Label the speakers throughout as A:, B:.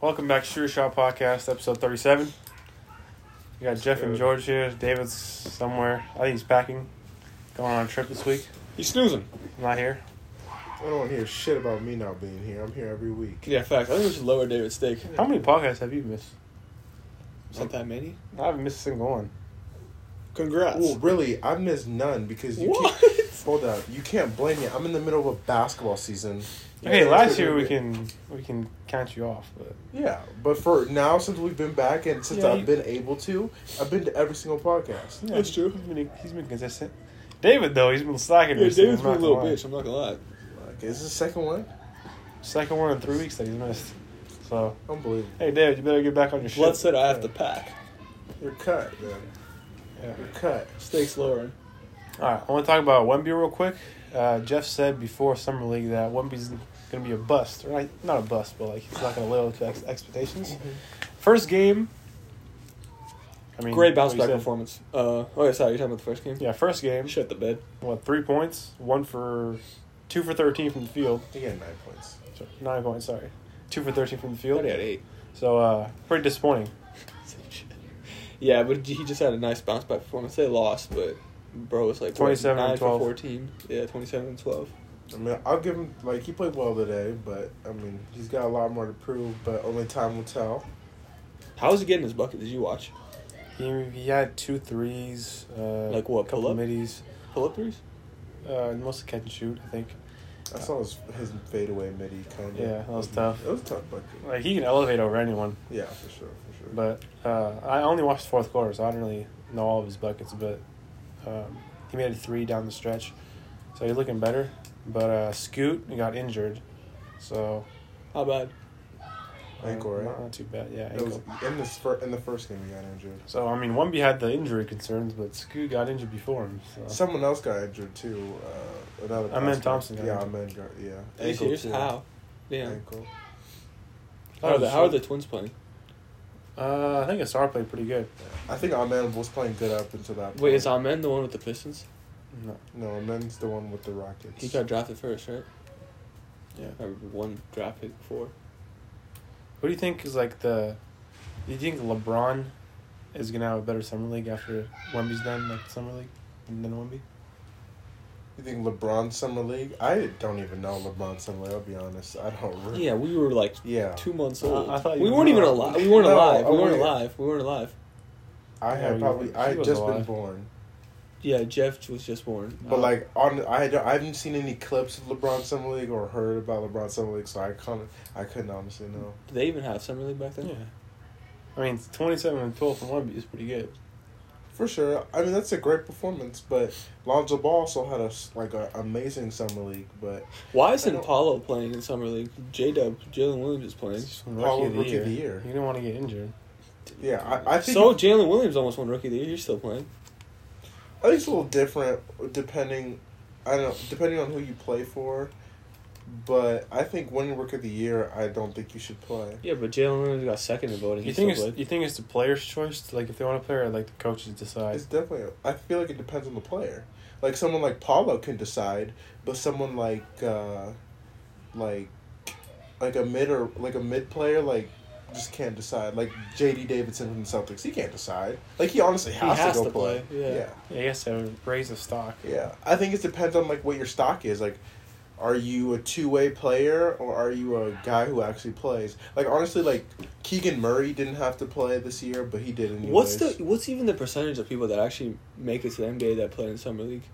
A: Welcome back, Shooter Shot Podcast, episode thirty-seven. We got Jeff and
B: Good.
A: George here. David's somewhere. I think he's packing, going on a trip this week.
B: He's snoozing.
A: Not here.
C: I don't want to hear shit about me not being here. I'm here every week.
B: Yeah, facts. I think we should lower David's stake.
A: How many podcasts have you missed?
B: Is that that many?
A: I haven't missed a single one.
B: Congrats.
C: Well, really, I miss none because you
B: what?
C: can't. Hold up, you can't blame me. I'm in the middle of a basketball season.
A: Okay,
C: Yeah,
A: last
C: it's
A: year we
C: been-
A: can we can count you off, but
C: Yeah, but for now, since we've been back and since
B: Yeah,
C: I've
B: you-
C: been able to, I've been to every single podcast.
A: yeah,
B: That's true.
A: He's been, he's been consistent. David though, he's been slacking.
B: Yeah,
A: recently,
B: David's
A: I'm
B: being a
A: not
B: little
A: gonna lie.
B: bitch. I'm not gonna lie.
C: Like, is this the second one?
A: Second one in three weeks that he's missed. So
C: Unbelievable.
A: hey, David, you better get back on your
B: Blood
A: shit.
B: said I have to pack.
C: You're cut, man.
A: Yeah.
C: You're cut.
B: Stakes lowering.
A: All right, I want to talk about Wemby real quick. Uh, Jeff said before summer league that Wemby's going to be a bust, or like, not a bust, but like he's not going to live up to ex- expectations.
B: Mm-hmm.
A: First game, I mean,
B: Great bounce
A: what
B: back
A: he said.
B: performance. Uh, oh, yeah, sorry. You're talking about the first game?
A: Yeah, first game,
B: Shut the bed.
A: what three points, one for two for thirteen from the field,
C: You get nine points.
A: Sorry, nine points, sorry, two for thirteen from the
B: He
A: field.
B: already had eight.
A: So uh, pretty disappointing.
B: yeah, but he just had a nice bounce back performance. They lost, but bro was like what,
A: 27 and
B: nine
A: 12.
B: for 14. Yeah, 27 and 12.
C: I mean, I'll give him like he played well today, but I mean, he's got a lot more to prove. But only time will tell.
B: How was he getting his bucket? Did you watch?
A: He, he had two threes, uh,
B: Like what,
A: couple
B: pull-up?
A: middies,
B: Pull up threes?
A: uh, and mostly catch and shoot, I think.
C: I saw his, his fadeaway midi kind of.
A: Yeah, that was tough.
C: It was a tough bucket.
A: Like he can elevate over anyone.
C: Yeah, for sure, for sure.
A: But uh, I only watched the fourth quarter, so I don't really know all of his buckets. But um, he made three down the stretch, so he's looking better. But uh, Scoot he got injured, so
B: How bad?
A: uh,
C: Ankle, right?
A: not, not too bad. Yeah,
C: it was
A: ankle.
C: in this fir- in the first game he got injured.
A: So I mean, Wemby had the injury concerns, but Scoot got injured before him. So
C: Someone else got injured too. Uh, another.
A: Amen
C: prospect.
A: Thompson got
C: Yeah,
A: injured.
C: Amen got yeah.
B: Here's- Here's how. Yeah.
C: Ankle.
B: How are, the, how are the Twins playing?
A: Uh, I think Asar played pretty good.
C: I think Amen was playing good up until that.
B: Wait, is Amen the one with the Pistons?
A: No,
C: No, Amen's the one with the Rockets.
B: He got drafted first, right?
A: yeah.
B: Or one draft pick before.
A: Who do you think is like the? Do you think LeBron is gonna have a better summer league after Wemby's done, like summer league, and then Wemby?
C: You think LeBron summer league? I don't even know LeBron summer league. I'll be honest. I don't. Really,
B: Yeah, we were like
C: Yeah.
B: two months
A: Uh,
B: old.
A: I thought you
B: we
A: were
B: weren't even
A: not.
B: alive. We weren't
C: No,
B: alive. We
C: I
B: weren't
C: wouldn't.
B: alive. We weren't alive.
C: I
A: Yeah, you-
C: had probably. I
A: he
C: had
A: was
C: just
A: alive.
C: been born.
B: Yeah, Jeff was just born.
C: But
B: Uh,
C: like on, I had, I haven't seen any clips of LeBron summer league or heard about LeBron summer league, so I can't. I couldn't honestly know.
B: did they even have summer league back then?
A: Yeah. I mean, 27 and 12 from Wemby is pretty good.
C: For sure, I mean that's a great performance. But Lonzo Ball also had a s- like an amazing summer league, but
B: Why
C: I
B: isn't
C: don't-
B: Paulo playing in summer league? J Dub, Jalen Williams is playing.
A: He's from rookie,
C: Paul
A: of, the
C: rookie
A: year.
C: of the year.
A: You don't want to get injured.
C: Yeah, I, I think
B: So Jalen Williams almost won Rookie of the Year. He's still playing.
C: I think it's a little different depending. I don't know, depending on who you play for, but I think winning Rookie of the Year, I don't think you should play.
B: Yeah, but Jalen Williams got second in
A: You
B: voting. He's
A: think
B: still
A: it's
B: playing.
A: you think it's the player's choice? Like if they want to play, or like the coaches decide.
C: It's definitely. I feel like it depends on the player. Like someone like Paulo can decide, but someone like, uh like, like a mid or like a mid player like just can't decide. Like J.D. Davidson from the Celtics, he can't decide. Like he honestly
B: He
C: has,
B: has
C: to go
B: to
C: play.
B: play, yeah.
C: yeah,
A: Yeah, I guess they would raise the stock.
C: yeah. I think it depends on like what your stock is. Like, are you a two way player or are you a guy who actually plays? Like honestly, like Keegan Murray didn't have to play this year, but he did. Anyways.
B: What's the what's even the percentage of people that actually make it to the NBA that play in summer league?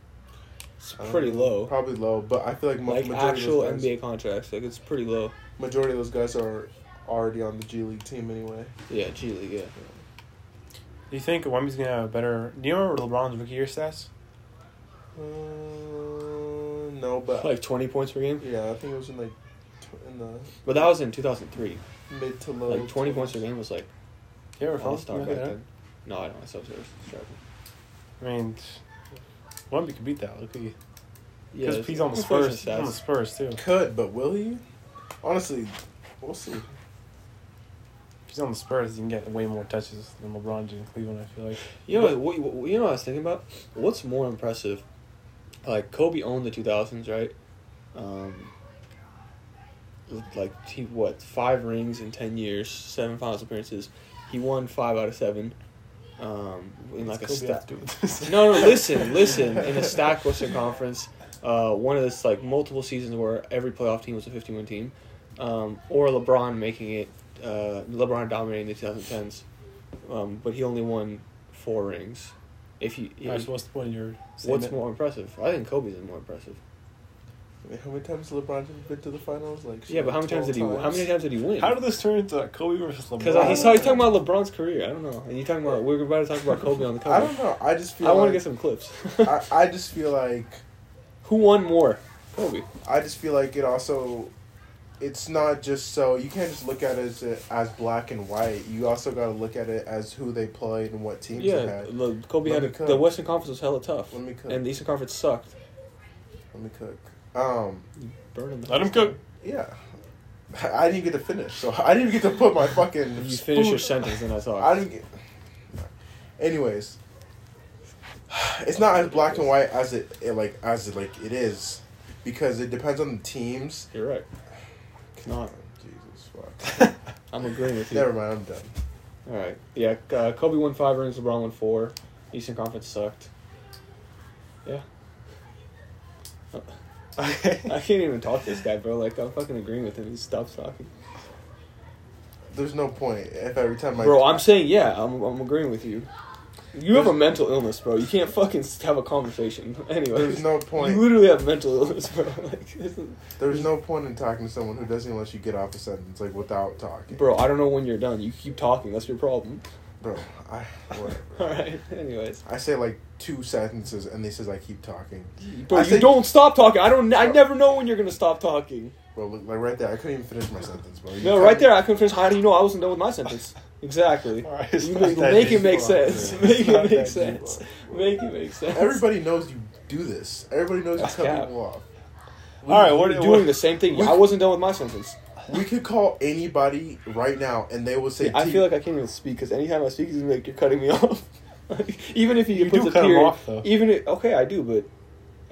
B: It's
C: I don't
B: pretty
C: know.
B: low.
C: Um, Probably low, but I feel like, mo-
B: like
C: majority of
B: actual
C: those guys-
B: NBA contracts. Like it's pretty low.
C: Majority of those guys are already on the G League team anyway.
B: Yeah, G League. Yeah.
A: Do you think Wemby's gonna have a better? Do you remember LeBron's rookie year stats?
C: Uh, no, but
B: like 20 points per game.
C: yeah, I think it was in like tw- in the
B: But that was in 2003.
C: mid to
A: Oh,
C: low.
B: Like 20
C: 20s.
B: points per game was like
A: Do you ever follow
B: all star
A: him?
B: back
A: Yeah.
B: then. No, I don't. I self-service.
A: I mean, Wemby could beat that. Look, because
B: Yeah, it's-
A: he's on the
B: it's unfortunate
A: Spurs. He's on the
B: stats.
A: Spurs too.
C: Could, but will he? Honestly, we'll see.
A: If he's on the Spurs, he can get way more touches than LeBron did in Cleveland. I feel like.
B: You know what, what? You know what I was thinking about? What's more impressive? Like Kobe owned the 2000s, right? Um, with, like he what five rings in ten years, seven finals appearances. He won five out of seven. Um, in like a stack. No, no, listen, listen. In a stacked Western Conference, uh, one of this like multiple seasons where every playoff team was a fifty-one team, um, or LeBron making it. Uh, LeBron dominating the two thousand tens, um, but he only won four rings. If you,
A: All right, so what's the point of your
B: what's
A: statement?
B: more impressive? I think Kobe's is more impressive.
C: I mean, how many times has LeBron been to the finals? Like
B: Yeah, but how many times
C: 12
B: did he? How many times did he win?
A: How did this turn into Kobe versus LeBron?
B: Because he's, he's talking about LeBron's career. I don't know. And you're talking about we're about to talk about Kobe on the cover.
C: I don't know. I just feel.
B: I want
C: like-
B: to get some clips.
C: I, I just feel like
B: Who won more, Kobe?
C: I just feel like it also. It's not just so you can't just look at it as as black and white. You also got to look at it as who they played and what teams they
B: Yeah,
C: had.
B: look, Kobe
C: Let
B: had
C: me
B: a,
C: cook.
B: the Western Conference was hella tough,
C: Let me cook.
B: and the Eastern Conference sucked.
C: Let me cook. Um,
B: Burn him.
A: Let him cook.
C: yeah, I didn't get to finish, so I didn't get to put my fucking.
B: You finish your
C: food-
B: sentence, and I talk.
C: I didn't get. Anyways, it's not as black and white as it, it like as it like it is, because it depends on the teams.
B: You're right. It's not.
C: Jesus fuck.
B: I'm agreeing with you.
C: Never mind, I'm done.
B: All right. Yeah, uh, Kobe won five rings. LeBron won four. Eastern Conference sucked. Yeah, I can't even talk to this guy, bro. Like I'm fucking agreeing with him. He stops talking.
C: There's no point if every time I.
B: Bro, I'm saying yeah. I'm I'm agreeing with you. You have a mental illness, bro. You can't fucking s- have a conversation. Anyway,
C: There's no
B: You
C: point.
B: literally have mental illness, bro. Like, this is-
C: There's no point in talking to someone who doesn't let you get off a sentence like without talking.
B: bro, I don't know when you're done. You keep talking. That's your problem.
C: Bro, I whatever.
B: All right. Anyways,
C: I say like two sentences and they says I keep talking.
B: bro,
C: I
B: you
C: think-
B: don't stop talking. I don't. I
C: Bro.
B: never know when you're gonna stop talking.
C: Bro, look like right there. I couldn't even finish my sentence, bro. You
B: No,
C: cut
B: right
C: me-
B: there. I couldn't finish. How do you know I wasn't done with my sentence? Exactly.
A: All right, it's
B: You
A: not
B: make,
A: that
B: make it
A: deep.
B: make sense. Make
A: not
B: it make
A: that
B: sense. Make it make sense.
C: Everybody knows you do this. Everybody knows you
B: That's
C: cut
B: cap.
C: people off.
A: All right,
B: We're
A: what
B: doing the same thing. I wasn't done with my sentence.
C: We could call anybody right now and they will say.
B: I
C: "T-
B: feel like I can't even speak because anytime I speak, he's like, "You're cutting me off." Like, even if he
A: You
B: puts
A: do
B: a
A: cut him
B: period,
A: off, though.
B: even if, okay, I do, but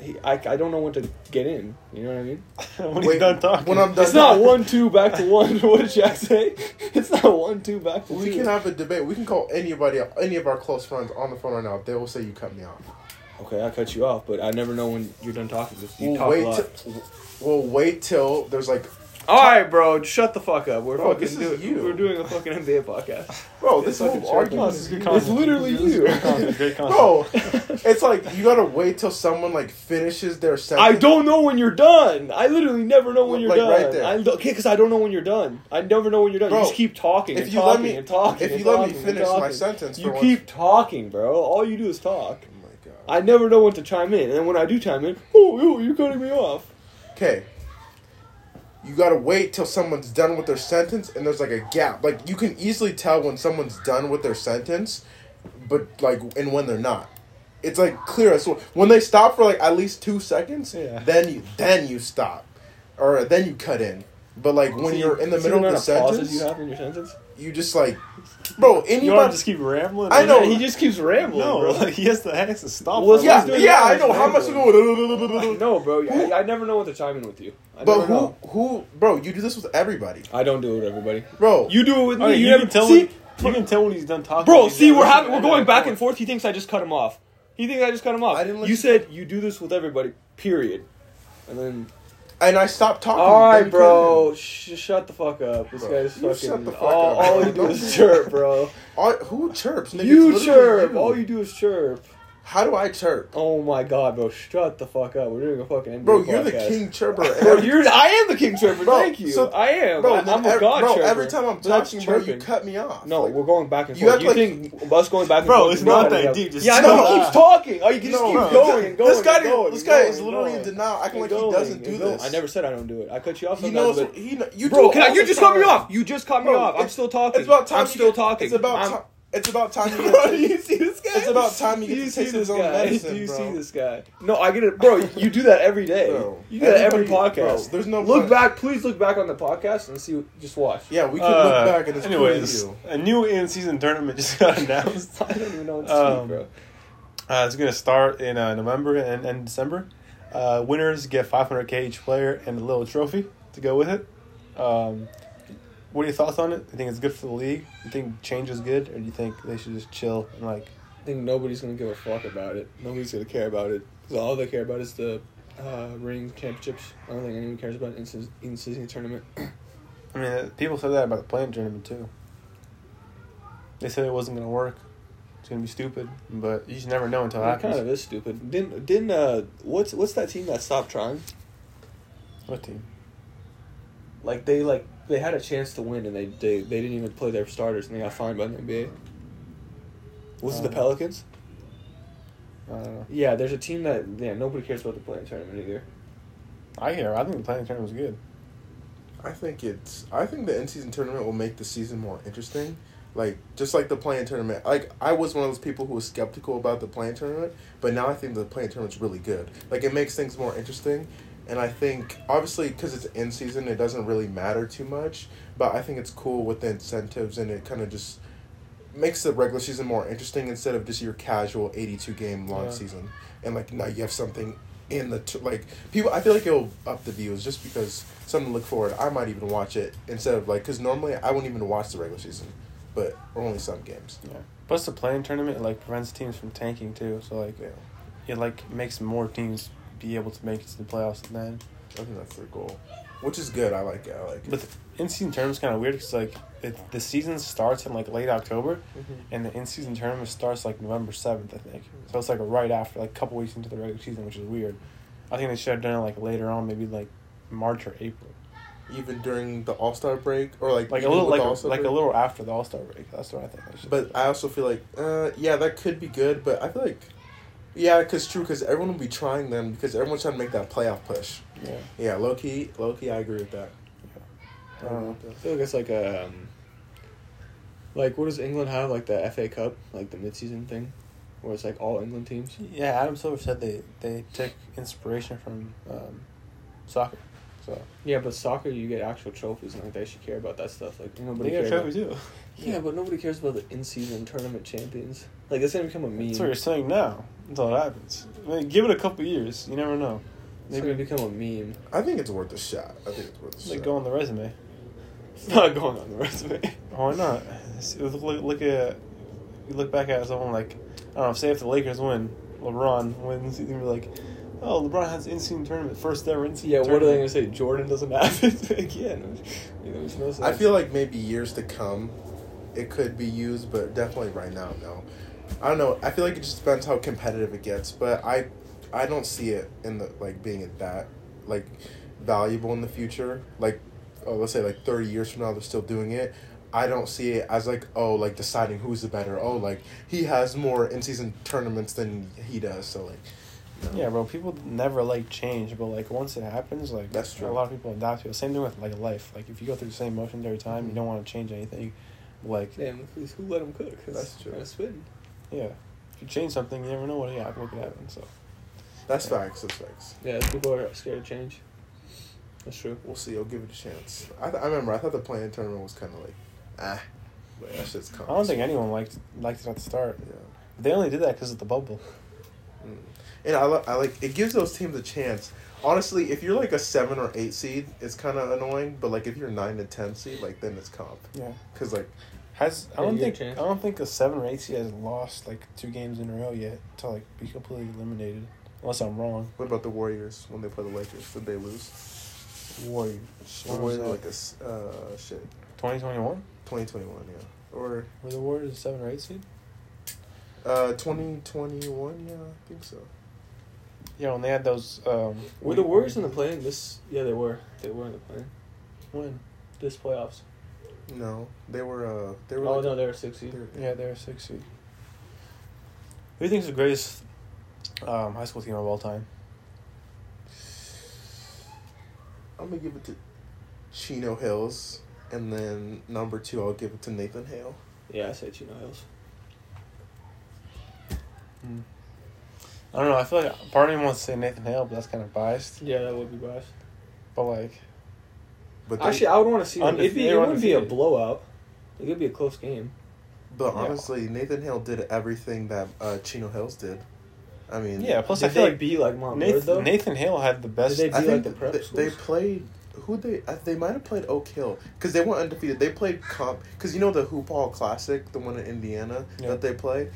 B: he, I I don't know when to get in. You know what I mean?
A: when
C: Wait,
A: he's done talking.
C: when I'm done-
B: It's not one two back to one. what did Jack say? It's not one two back to
C: We
B: two.
C: can have a debate. We can call anybody, any of our close friends, on the phone right now. They will say you cut me off.
B: Okay, I cut you off, but I never know when you're done talking. Just you
C: We'll
B: talk a
C: wait.
B: lot.
C: T- we'll wait till there's like,
B: All right, bro, shut the fuck up. We're
C: Bro,
B: fucking
C: this is
B: doing.
C: you.
B: We're doing a fucking NBA podcast.
C: bro. This
B: Fucking
C: whole
B: sure.
A: No,
C: argument
A: this is
C: is
A: good
C: you.
A: content.
B: It's literally
A: This is
B: you.
A: Great content. Great content.
C: bro. it's like you gotta wait till someone like finishes their
B: I
C: sentence.
B: don't know when you're done. I literally never know when you're
C: Like,
B: done.
C: right there.
B: I don't, okay, because I don't know when you're done. I never know when you're done.
C: Bro,
B: you just keep talking
C: if
B: and
C: you let
B: talking
C: me-
B: and talking.
C: if
B: and
C: you let me
B: talking and
C: finish my
B: talking.
C: sentence for
B: you
C: once.
B: keep talking, bro. All you do is talk.
C: Oh my god.
B: I never know when to chime in, and then when I do chime in, oh, oh you're cutting me off.
C: uh, Okay. You gotta wait till someone's done with their sentence and there's like a gap. Like you can easily tell when someone's done with their sentence, but like and when they're not. It's like clear as when they stop for like at least two seconds,
A: Yeah.
C: then you then you stop. Or then you cut in. But like when
B: See-
C: you're in the
B: see
C: middle of
B: amount
C: the sentence,
B: pauses you
C: you,
B: have in your sentence.
C: just like Bro,
A: you want to
C: anybody
A: just keep rambling?
C: I know.
B: Yeah, he just keeps rambling.
A: No,
B: bro.
A: like, he has to, he has to stop.
B: Well,
A: for a
C: Yeah,
B: Let's do it
C: yeah,
B: now,
C: I
B: let's
C: know. How
B: do
C: much
B: it.
C: you go
B: no, bro. I, I never know when to chime in with you. I
C: But
B: never know.
C: who who bro, you do this with everybody.
B: I don't do it with everybody.
C: Bro,
B: You do it with me.
A: All right,
B: you,
A: you,
B: never
A: can tell
B: see,
A: when, you can tell when he's done talking.
B: bro.
A: He's
B: See,
A: like,
B: we're
A: "Listen,
B: having,
A: I
B: we're
A: know
B: going
A: I'm
B: back
A: going."
B: and forth. He thinks I just cut him off. He thinks I just cut him off.
C: I didn't let
B: you
C: you-
B: said you do this with everybody. Period. And then,
C: and I stopped talking. then
B: all right,
C: you cut in.
B: bro. Sh- shut the fuck up. This
C: Bro,
B: guy's
C: you
B: fucking.
C: shut the fuck
B: all,
C: up,
B: all
C: bro.
B: you do
C: Don't
B: is
C: do
B: chirp, bro.
C: All, who chirps? Nigga,
B: you
C: It's literally
B: chirp. All you do is chirp.
C: How do I chirp?
B: Oh my god, bro. Shut the fuck up. We're doing a fucking NBA
C: Bro, you're the
B: podcast.
C: king chirper.
B: Bro,
C: Every,
B: you're, I am the king chirper.
C: Bro,
B: thank you.
C: so-
B: I am.
C: bro,
B: I,
C: then
B: am a
C: every-
B: god
C: bro,
B: chirper.
C: every time I'm
B: But that's
C: talking, bro, you
B: chirping.
C: cut me off.
B: No,
C: Like,
B: we're going back and
C: You
B: forth.
C: act
B: You
C: like-
B: think us going back and
A: Bro,
B: forth?
A: it's
B: is
A: not
B: gonna
A: that
B: help.
A: deep, just
B: yeah, I know. He
A: stop.
B: keeps talking. Oh, you can just
C: No,
B: keep
C: bro.
B: going and going.
C: This guy,
B: and going
C: this
B: and
C: guy
B: going
C: is
B: and
C: literally in
B: going
C: denial, acting like
B: and
C: he
B: going
C: doesn't do
B: and going.
C: this.
B: I never said I don't do it. I cut you off.
C: He
B: sometimes,
C: knows.
B: but-
C: He kn- you do
B: Bro,
C: it
B: can I,
C: all
B: you
C: the
B: just cut me
C: time.
B: off. You just cut me
C: Bro,
B: off. I'm
C: it's-
B: still talking.
C: It's about time.
B: I'm
C: you
B: still
C: get-
B: talking.
C: It's about
B: I'm-
C: time. It's about time. You
B: Bro, do
C: get
B: you see this guy?
C: It's about time he
B: Do
C: gets
B: you
C: to taste
B: see this
C: his own
B: guy?
C: medicine,
B: Do you
C: bro.
B: see this guy? No, I get it, bro. You do that every day.
C: Bro,
B: you do that every podcast.
C: everybody- bro, there's no
B: look
C: point.
B: back. Please look back on the podcast and see. Just watch.
C: yeah, we can
A: Uh,
C: look back at this
A: anyways,
C: preview.
A: a new in-season tournament just got announced.
B: I don't even know what to
A: Um,
B: speak, bro.
A: Uh, it's going to start in uh, November and, and December. Uh, winners get 500k each player and a little trophy to go with it. Um, what are your thoughts on it? You think it's good for the league? You think change is good, or do you think they should just chill and like?
B: I think nobody's gonna give a fuck about it. Nobody's gonna care about it. 'Cause all they care about is the uh, ring championships. I don't think anyone cares about in season tournament.
A: I mean, uh, people said that about the playing tournament too. They said it wasn't gonna work. It's gonna be stupid, but you just never know until it
B: That
A: happens.
B: kind of is stupid. Didn't didn't uh what's what's that team that stopped trying?
A: What team?
B: Like they like they had a chance to win and they they, they didn't even play their starters and they got fined by the NBA. Was it the
A: Um,
B: Pelicans?
A: I don't know.
B: Yeah, there's a team that yeah nobody cares about the playing tournament either.
A: I hear. I think the playing tournament was good.
C: I think it's. I think the end season tournament will make the season more interesting. Like just like the playing tournament. Like I was one of those people who was skeptical about the playing tournament, but now I think the playing tournament's really good. Like it makes things more interesting, and I think obviously because it's end season, it doesn't really matter too much. But I think it's cool with the incentives, and it kind of just makes the regular season more interesting instead of just your casual eighty two game long
A: Yeah.
C: season. And like now you have something in the t- like people i feel like it'll up the views just because something to look forward i might even watch it instead of like because normally i wouldn't even watch the regular season but only some games
A: Yeah. Plus, the playing tournament it, like prevents teams from tanking too. So like,
C: yeah
A: it like makes more teams be able to make it to the playoffs than then.
C: i think that's their goal which is good i like it i like
A: But
C: it
A: the in season tournament's kind of weird because like it, the season starts in like late October,
C: Mm-hmm.
A: and the in season tournament starts like November seventh, I think. So it's like right after, like a couple weeks into the regular season, which is weird. I think they should have done it like later on, maybe like March or April,
C: even during the all-star break or like
A: like a
C: even
A: little
C: with
A: like
C: the
A: a,
C: All-Star
A: like a
C: break.
A: little after the All Star break. That's what I think. They should
C: but i also feel like uh yeah that could be good but i feel like yeah because true because everyone will be trying them because everyone's trying to make that playoff push
A: do. yeah,
C: yeah low-key low-key i agree with that
A: I don't know.
B: Um, I feel like it's like a um, like what does England have like the FA Cup like the midseason thing, where it's like all England teams.
A: Yeah, Adam Silver said they they took inspiration from um, soccer, so
B: Yeah, but soccer you get actual trophies and like they should care about that stuff. Like nobody
A: they got a
B: cares.
A: trophy
B: About,
A: too.
B: yeah, but nobody cares about the in season tournament champions. Like it's gonna become a meme.
A: That's what you're saying now. Until it happens, I mean, give it a couple years. You never know.
B: It's gonna become a meme.
C: i think it's worth a shot i think it's worth a
A: They
C: shot
A: go on the resume.
B: It's not going on the resume.
A: Why not? See, Look, look, look at you look back at someone like I don't know. Say if the Lakers win, LeBron wins, you're gonna be like, oh, LeBron has in-season tournament, first ever in-season.
B: yeah, what are they gonna
A: tournament.
B: say? Jordan doesn't have it again. It makes no sense.
C: I feel like maybe years to come, it could be used, but definitely right now, no. I don't know. I feel like it just depends how competitive it gets, but I, I don't see it in the like being at that, like, valuable in the future. Like, oh, let's say like thirty years from now, they're still doing it. I don't see it as like oh like deciding who's the better oh like he has more in season tournaments than he does so like no.
A: Yeah, bro. People never like change, but like once it happens, like
C: That's true.
A: A lot of people adapt to it. Same thing with like life. Like if you go through the same motions every time, you don't want to change anything. Like
B: Damn, please, who let him cook?
C: That's true.
B: That's spin.
A: yeah, if you change something, you never know what hap- what could happen. So
C: that's facts that's facts
B: Yeah, people are scared of change. That's true.
C: we'll see I'll give it a chance I, th- I remember I thought the playing tournament was kind of like ah but that shit's
A: I
C: coming
A: don't think anyone liked liked it at the start.
C: yeah. Mm.
A: They only did that because of the bubble.
C: And I, li- I like it gives those teams a chance. Honestly, if you're like a seven or eight seed, it's kind of annoying. But like if you're nine to ten seed, like then it's comp.
A: Yeah.
C: Cause like
A: Has I
B: Yeah,
A: don't
B: you get
A: think
B: a
A: I
B: chance.
A: don't think a seven or eight seed has lost like two games in a row yet to like be completely eliminated. Unless I'm wrong.
C: what about the Warriors when they play the Lakers? Did they lose?
A: Warriors.
C: Or
A: What
C: were
A: was
C: they
A: that?
C: like a s- uh shit
A: Twenty twenty one.
C: twenty twenty one? Yeah. Or
A: Were the Warriors a seven or eight seed?
C: uh twenty twenty one? Yeah, I think so.
A: Yeah, when they had those. Um,
B: Were the Warriors in the plane? This yeah, they were. They were in the plane.
A: When?
B: This playoffs.
C: No, they were uh they were.
B: Oh
C: like-
B: no, they were six seed.
C: they were-
A: Yeah, they were six seed. Who do you think is the greatest um, high school team of all time?
C: I'm gonna give it to Chino Hills, and then number two, I'll give it to Nathan Hale.
B: Yeah, I said Chino Hills.
A: I don't know. I feel like part of me wants to say Nathan Hale, but that's kind of biased.
B: Yeah, that would be biased.
A: But like,
C: But they-
B: Actually, I would want to see them.
A: Undefe-
B: It'd be,
A: they
B: it
A: were
B: wouldn't be a
A: undefeated.
B: blowout. It could be a close game.
C: But
A: Yeah.
C: honestly, Nathan Hale did everything that uh, Chino Hills did. I mean,
A: yeah. Plus,
B: Did
A: I feel
B: they
A: like
B: be like Mont Bird though?
A: Nathan, Nathan Hale had the best.
B: Did they
C: I
B: be
C: think
B: like the prep
C: th- they
B: schools?
C: played who they uh, they might have played Oak Hill because they weren't undefeated. They played comp because you know the Hoop Hall Classic, the one in Indiana
A: Yeah.
C: that they play.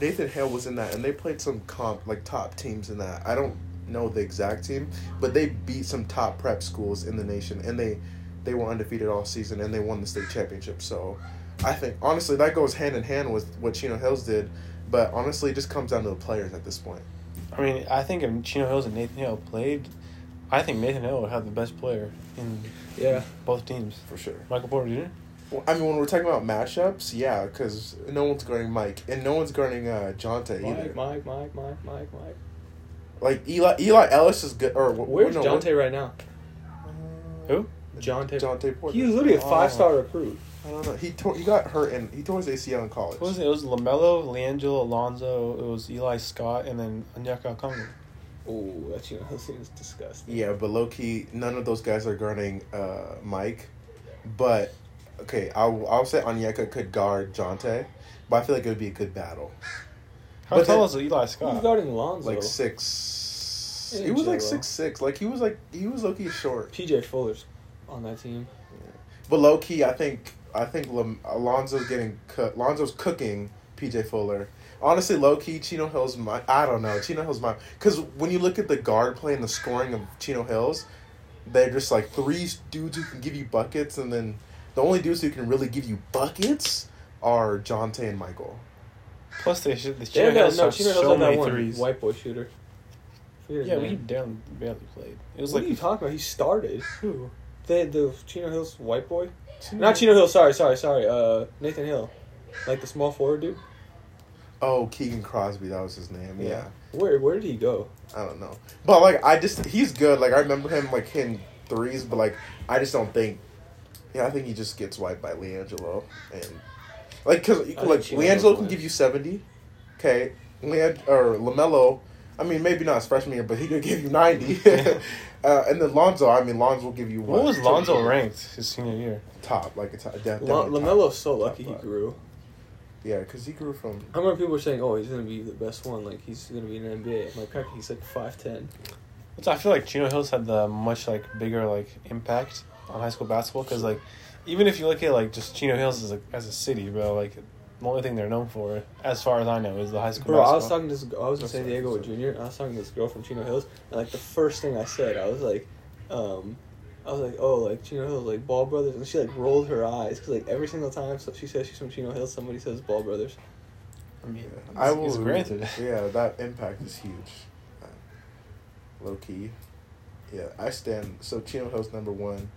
C: Nathan Hale was in that, and they played some comp like top teams in that. I don't know the exact team, but they beat some top prep schools in the nation, and they they were undefeated all season, and they won the state championship. So, I think honestly that goes hand in hand with what Chino Hills did, but honestly it just comes down to the players at this point.
A: I mean, I think if Chino Hills and Nathan Hill played, I think Nathan Hill would have the best player in
B: Yeah.
A: both teams.
C: For sure.
A: Michael Porter Jr.
C: Well, I mean, when we're talking about mashups, yeah, because no one's guarding Mike, and no one's guarding uh, Jonte either.
B: Mike, Mike, Mike, Mike, Mike, Mike.
C: Like Eli, Eli Ellis is good. Or wh-
B: Where's
C: no,
B: Jonte right now?
C: what-
A: Who?
B: Jonte.
C: Jonte Porter.
B: He's literally a
A: Oh.
B: five star recruit.
C: I don't know. He tore, he got hurt and he tore his ACL in college.
A: What was it? It was Lamelo, Leangelo, Alonzo. It was Eli Scott, and then Onyeka Okongwu.
B: Oh, that's you know, that seems disgusting.
C: Yeah, but low key, none of those guys are guarding uh, Mike. But okay, I'll I'll say Onyeka could guard Jonte, but I feel like it would be a good battle.
A: How
C: But
A: tall
C: then-
A: is Eli
B: Who's
A: Scott?
B: guarding Lonzo?
C: Like six.
B: Yeah,
C: He was like
B: J-Lo.
C: six six. Like he was like he was low key short.
B: PJ Fuller's on that team.
C: But low key, I think I think Lam- Alonzo's getting cook Alonzo's cooking PJ Fuller. Honestly, low key, Chino Hills. My I don't know. Chino Hills my because when you look at the guard play and the scoring of Chino Hills, they're just like three dudes who can give you buckets, and then the only dudes who can really give you buckets are Jonte and Michael.
A: Plus, they should. The
B: They
A: Chino
B: have that,
A: Hills
B: uh, no,
A: shot
B: Chino
A: so
B: Hill's that
A: many
B: one
A: threes.
B: white boy shooter. Forget his
A: Yeah, we
B: name.
A: barely, barely played. It was
B: what
A: like
B: are you talking about? He started.
A: Who?
B: They the Chino Hill's white boy. Not Chino Hill. Sorry, sorry, sorry. Uh, Nathan Hill, like the small forward dude.
C: Oh, Keegan Crosby, that was his name. yeah.
B: Where where did he go?
C: I don't know. But like I just he's good. Like I remember him like hitting threes, but like I just don't think yeah, I think he just gets wiped by Leangelo and like cuz
B: think
C: like
B: Chino
C: Leangelo can
B: wins.
C: give you 70. Okay. Leand or LaMelo I mean, maybe not his freshman year, but he could give you 90. uh, and then Lonzo, I mean, Lonzo will give you
A: What
C: what?
A: was Lonzo ranked his senior year?
C: Top, like a top. def-
B: La-
C: definitely top.
B: Lamelo's so lucky he
C: five.
B: grew.
C: Yeah, because he grew from.
B: I remember people were saying, "Oh, he's gonna be the best one. Like he's gonna be in the NBA." I'm like, "Heck, he's like five ten.
A: Which I feel like Chino Hills had the much like bigger like impact on high school basketball because like even if you look at like just Chino Hills as a as a city, bro, like the only thing they're known for, as far as I know, is the high school.
B: Bro, I was
A: basketball.
B: talking to this. I was in
C: That's
B: San
C: what I
B: Diego with
C: said.
B: Junior. And I was talking to this girl from Chino Hills, and like the first thing I said, I was like, um, I was like, "Oh, like Chino Hills, like Ball Brothers," and she like rolled her eyes because like every single time so she says she's from Chino Hills, somebody says Ball Brothers.
A: I mean,
C: I
A: I
C: will-
A: was granted.
C: Yeah, that impact is huge. Low key. Yeah, I stand. So Chino Hill's number one.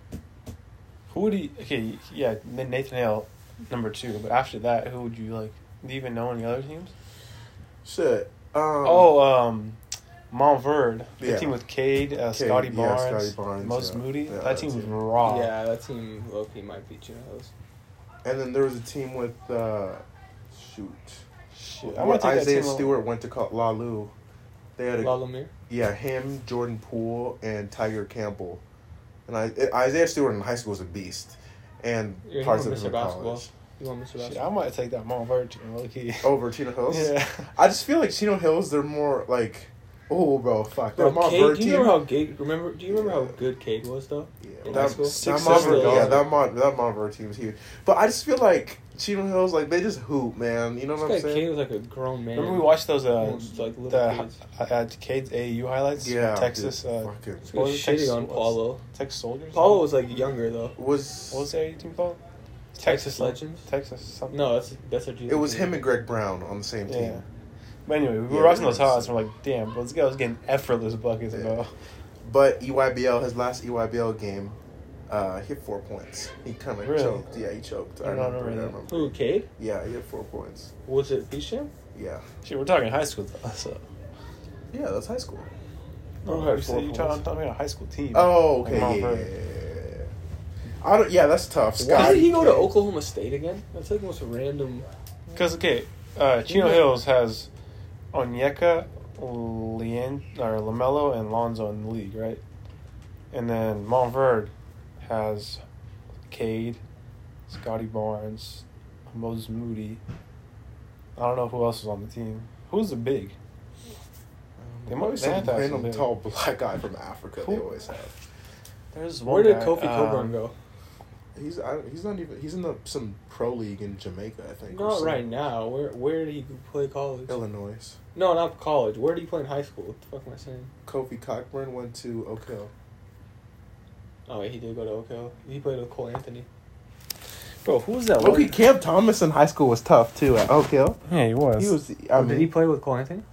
A: Who would he? Okay, yeah, Na- Nathan Hale, number two. But after that, who would you like? Do you even know any other teams?
C: Shit. Um,
A: oh, um, Montverde, the
C: yeah.
A: team with Cade, uh,
C: Cade,
A: Scotty
C: yeah, Scotty
A: Barnes,
C: Barnes,
A: Most
C: yeah.
A: Moody.
C: Yeah,
A: that
C: that
A: team was
C: team.
A: raw.
B: Yeah, that team Loki might be Chino Hills.
C: and then there was a team with uh, shoot.
A: Shit, I want to take that
C: Isaiah
A: team.
C: Stewart went to call Lalu. They had a,
B: Lalamir.
C: yeah him, Jordan Poole, and Tiger Campbell. And I, Isaiah Stewart in high school was a beast, and
B: Yeah, he
C: parts
B: won
C: of him
B: Mr.
C: in college.
B: You want Mr.
A: Shit,
B: Basketball?
A: I might take that Montverde team, low key.
C: Over Chino Hills.
A: Yeah.
C: I just feel like Chino Hills. They're more like, oh bro, fuck. That
B: Bro,
C: Mont
B: Cade,
C: Bird
B: do you
C: team.
B: remember how Cade, remember? Do you remember how
C: Yeah.
B: good Cade was though?
C: Yeah,
B: in high
C: that,
B: school?
C: that
A: Six
C: Montverde-
A: seven
C: yeah,
A: guard.
C: that Mont that Montverde team is huge. But I just feel like Chino Hills, like they just hoop, man. You know
B: This
C: what
B: guy
C: I'm saying?
B: Cade was like a grown man.
A: Remember we watched those uh,
B: Almost like little
A: the
B: kids.
A: uh, uh, Cade's AAU highlights?
C: Yeah,
A: Texas.
C: dude,
A: Uh,
C: fucking-
B: This
A: what
B: guy's
A: was it, Texas-
B: shitty on
A: what's-
B: Paulo.
A: Texas Soldiers.
B: Paulo Oh, was like younger though.
C: was
A: What was their team called?
B: Texas Legends?
A: Texas something.
B: No, that's that's our. G
C: it was him and Greg Brown on the same
A: Yeah.
C: team.
A: But anyway, we
C: Yeah,
A: were watching those
C: it was-
A: highlights and we're like, damn, let's go. I was getting effortless buckets,
C: Yeah.
A: bro.
C: But E EYBL, his last EYBL game, uh, he had four points. He kind of
A: Really?
C: choked. Yeah, he choked. I,
A: I don't
C: remember. I
A: remember that.
C: remember.
B: Who Cade?
C: Yeah, he had four points.
B: Was it Bisham?
C: Yeah,
A: Shit, we're talking high school, though. So.
C: yeah, that's high school.
B: Bro,
A: No,
B: had
A: you said
B: four
A: you're
B: points.
A: talking, I'm talking about a high school team.
C: Oh, okay,
A: Like Mount
C: yeah, yeah,
A: Vernon.
C: yeah, yeah, yeah. I don't. Yeah, that's tough.
B: Why
C: Scott,
B: did he go to
C: Cade.
B: Oklahoma State again? That's like the most random.
A: Because okay, uh, Chino
B: Yeah.
A: Hills has Onyeka, Lean or Lamelo, and Lonzo in the league, right? And then Montverde has Cade, Scotty Barnes, Moses Moody. I don't know who else is on the team. Who's the big? They
C: They
A: might-
C: might
A: they had
C: some
A: to have
C: random
A: something.
C: tall black guy from Africa. They
A: Who-
C: always have.
A: There's one.
B: Where did
A: guy,
B: Kofi
A: um,
B: Coburn go?
C: He's I, he's not even he's in the some pro league in Jamaica, I think. or
B: Not
C: some-
B: right now. Where where did he play college?
C: Illinois.
B: No, not college. Where did he play in high school? What the fuck am I saying?
C: Kofi Cockburn went to Oak Hill.
B: Oh wait, he did go to Oak Hill. He played with Cole Anthony.
A: Bro, who was that?
C: Loki
A: one?
C: Camp Thomas in high school was tough too at Oak Hill.
A: Yeah, he was.
C: He was I
B: Oh, did he
C: mean,
B: play with Cole Anthony?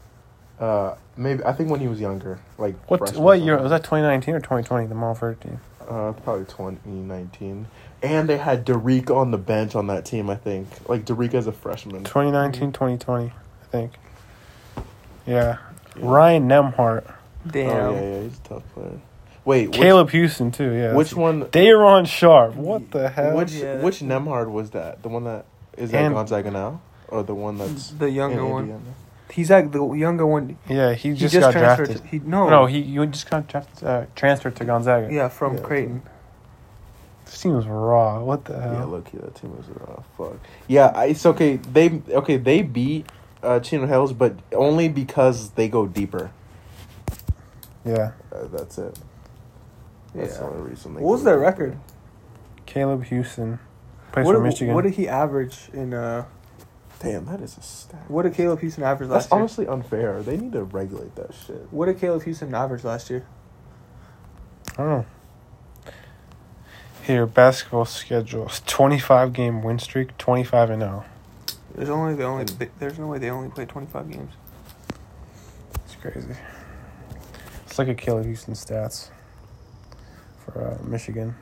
C: uh, maybe I think when he was younger, like
A: What
C: freshman
A: what
C: or
A: year
C: something.
A: was that? Twenty nineteen or twenty twenty? The Montford team.
C: Uh, probably 2019. And they had Derek on the bench on that team, I think. Like, Derek as a freshman.
A: 2019, 2020, I think. Mm-hmm. Yeah, Ryan Nemhart,
C: Oh, yeah, yeah, he's a tough player. Wait, which,
A: Caleb Houston too. Yeah,
C: which one?
A: Dayron Sharp. What the hell?
C: Which,
B: Yeah.
C: which Nemhard was that? The one that is that
A: And-
C: Gonzaga now? Or the one that's.
D: The younger
C: in
D: one.
C: Indiana?
D: He's like the younger one.
A: yeah, he
D: He
A: just,
D: just,
A: got
D: transferred.
A: drafted.
D: To, he no.
A: No, Oh, he you just got drafted, uh, transferred to Gonzaga.
D: yeah, from
C: Yeah,
D: Creighton.
A: this team was raw. What the
C: Yeah,
A: hell?
C: look, that team was. Uh, fuck. Yeah, I, it's okay. They okay. They beat uh, Chino Hills, but only because they go deeper.
A: Yeah,
C: Uh, that's it. That's the
D: yeah.
C: only reason. They
D: What was
C: go
D: their
C: deeper.
D: record?
A: Caleb Houston plays
D: What
A: for
D: did,
A: Michigan.
D: what did he average in? Uh,
C: Damn, that is a stat.
D: what did Caleb Houston average
C: That's
D: last year?
C: honestly unfair. They need to regulate that shit.
D: What did Caleb Houston average last year?
A: I don't know. Here, basketball schedule: twenty-five game win streak, twenty-five and oh. zero.
D: There's only they only they, there's no way they only played 25 games.
A: It's crazy. It's like a Caleb Houston stats for uh, Michigan.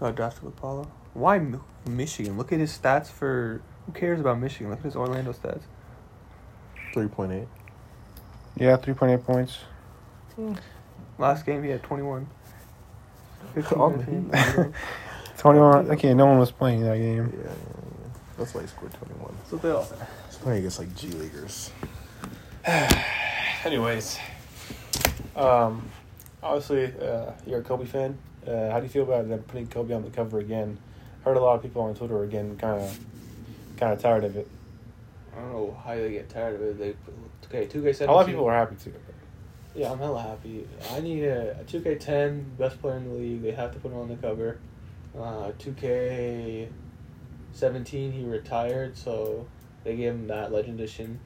D: Got Oh, drafted with Apollo. Why M- Michigan? Look at his stats for. Who cares about Michigan? Look at his Orlando stats.
C: Three point eight.
A: Yeah, three point eight points.
D: Last game he had 21. 15,
C: Oh,
D: 15.
C: man.
A: Twenty-one. Okay, no one was playing that
C: Yeah,
A: game.
C: yeah, yeah. That's why he scored twenty one.
D: That's what they all said.
C: He's playing against like G leaguers.
A: Anyways, um, obviously uh, you're a Kobe fan. Uh, how do you feel about them putting Kobe on the cover again? Heard a lot of people on Twitter are getting kind of kind of tired of it.
B: I don't know how they get tired of it. They okay, two K
A: A
B: seventeen.
A: lot of people are happy too.
B: Yeah, I'm hella happy. I need a two K ten best player in the league. They have to put him on the cover. Uh, Two K seventeen, he retired, so they gave him that legend edition.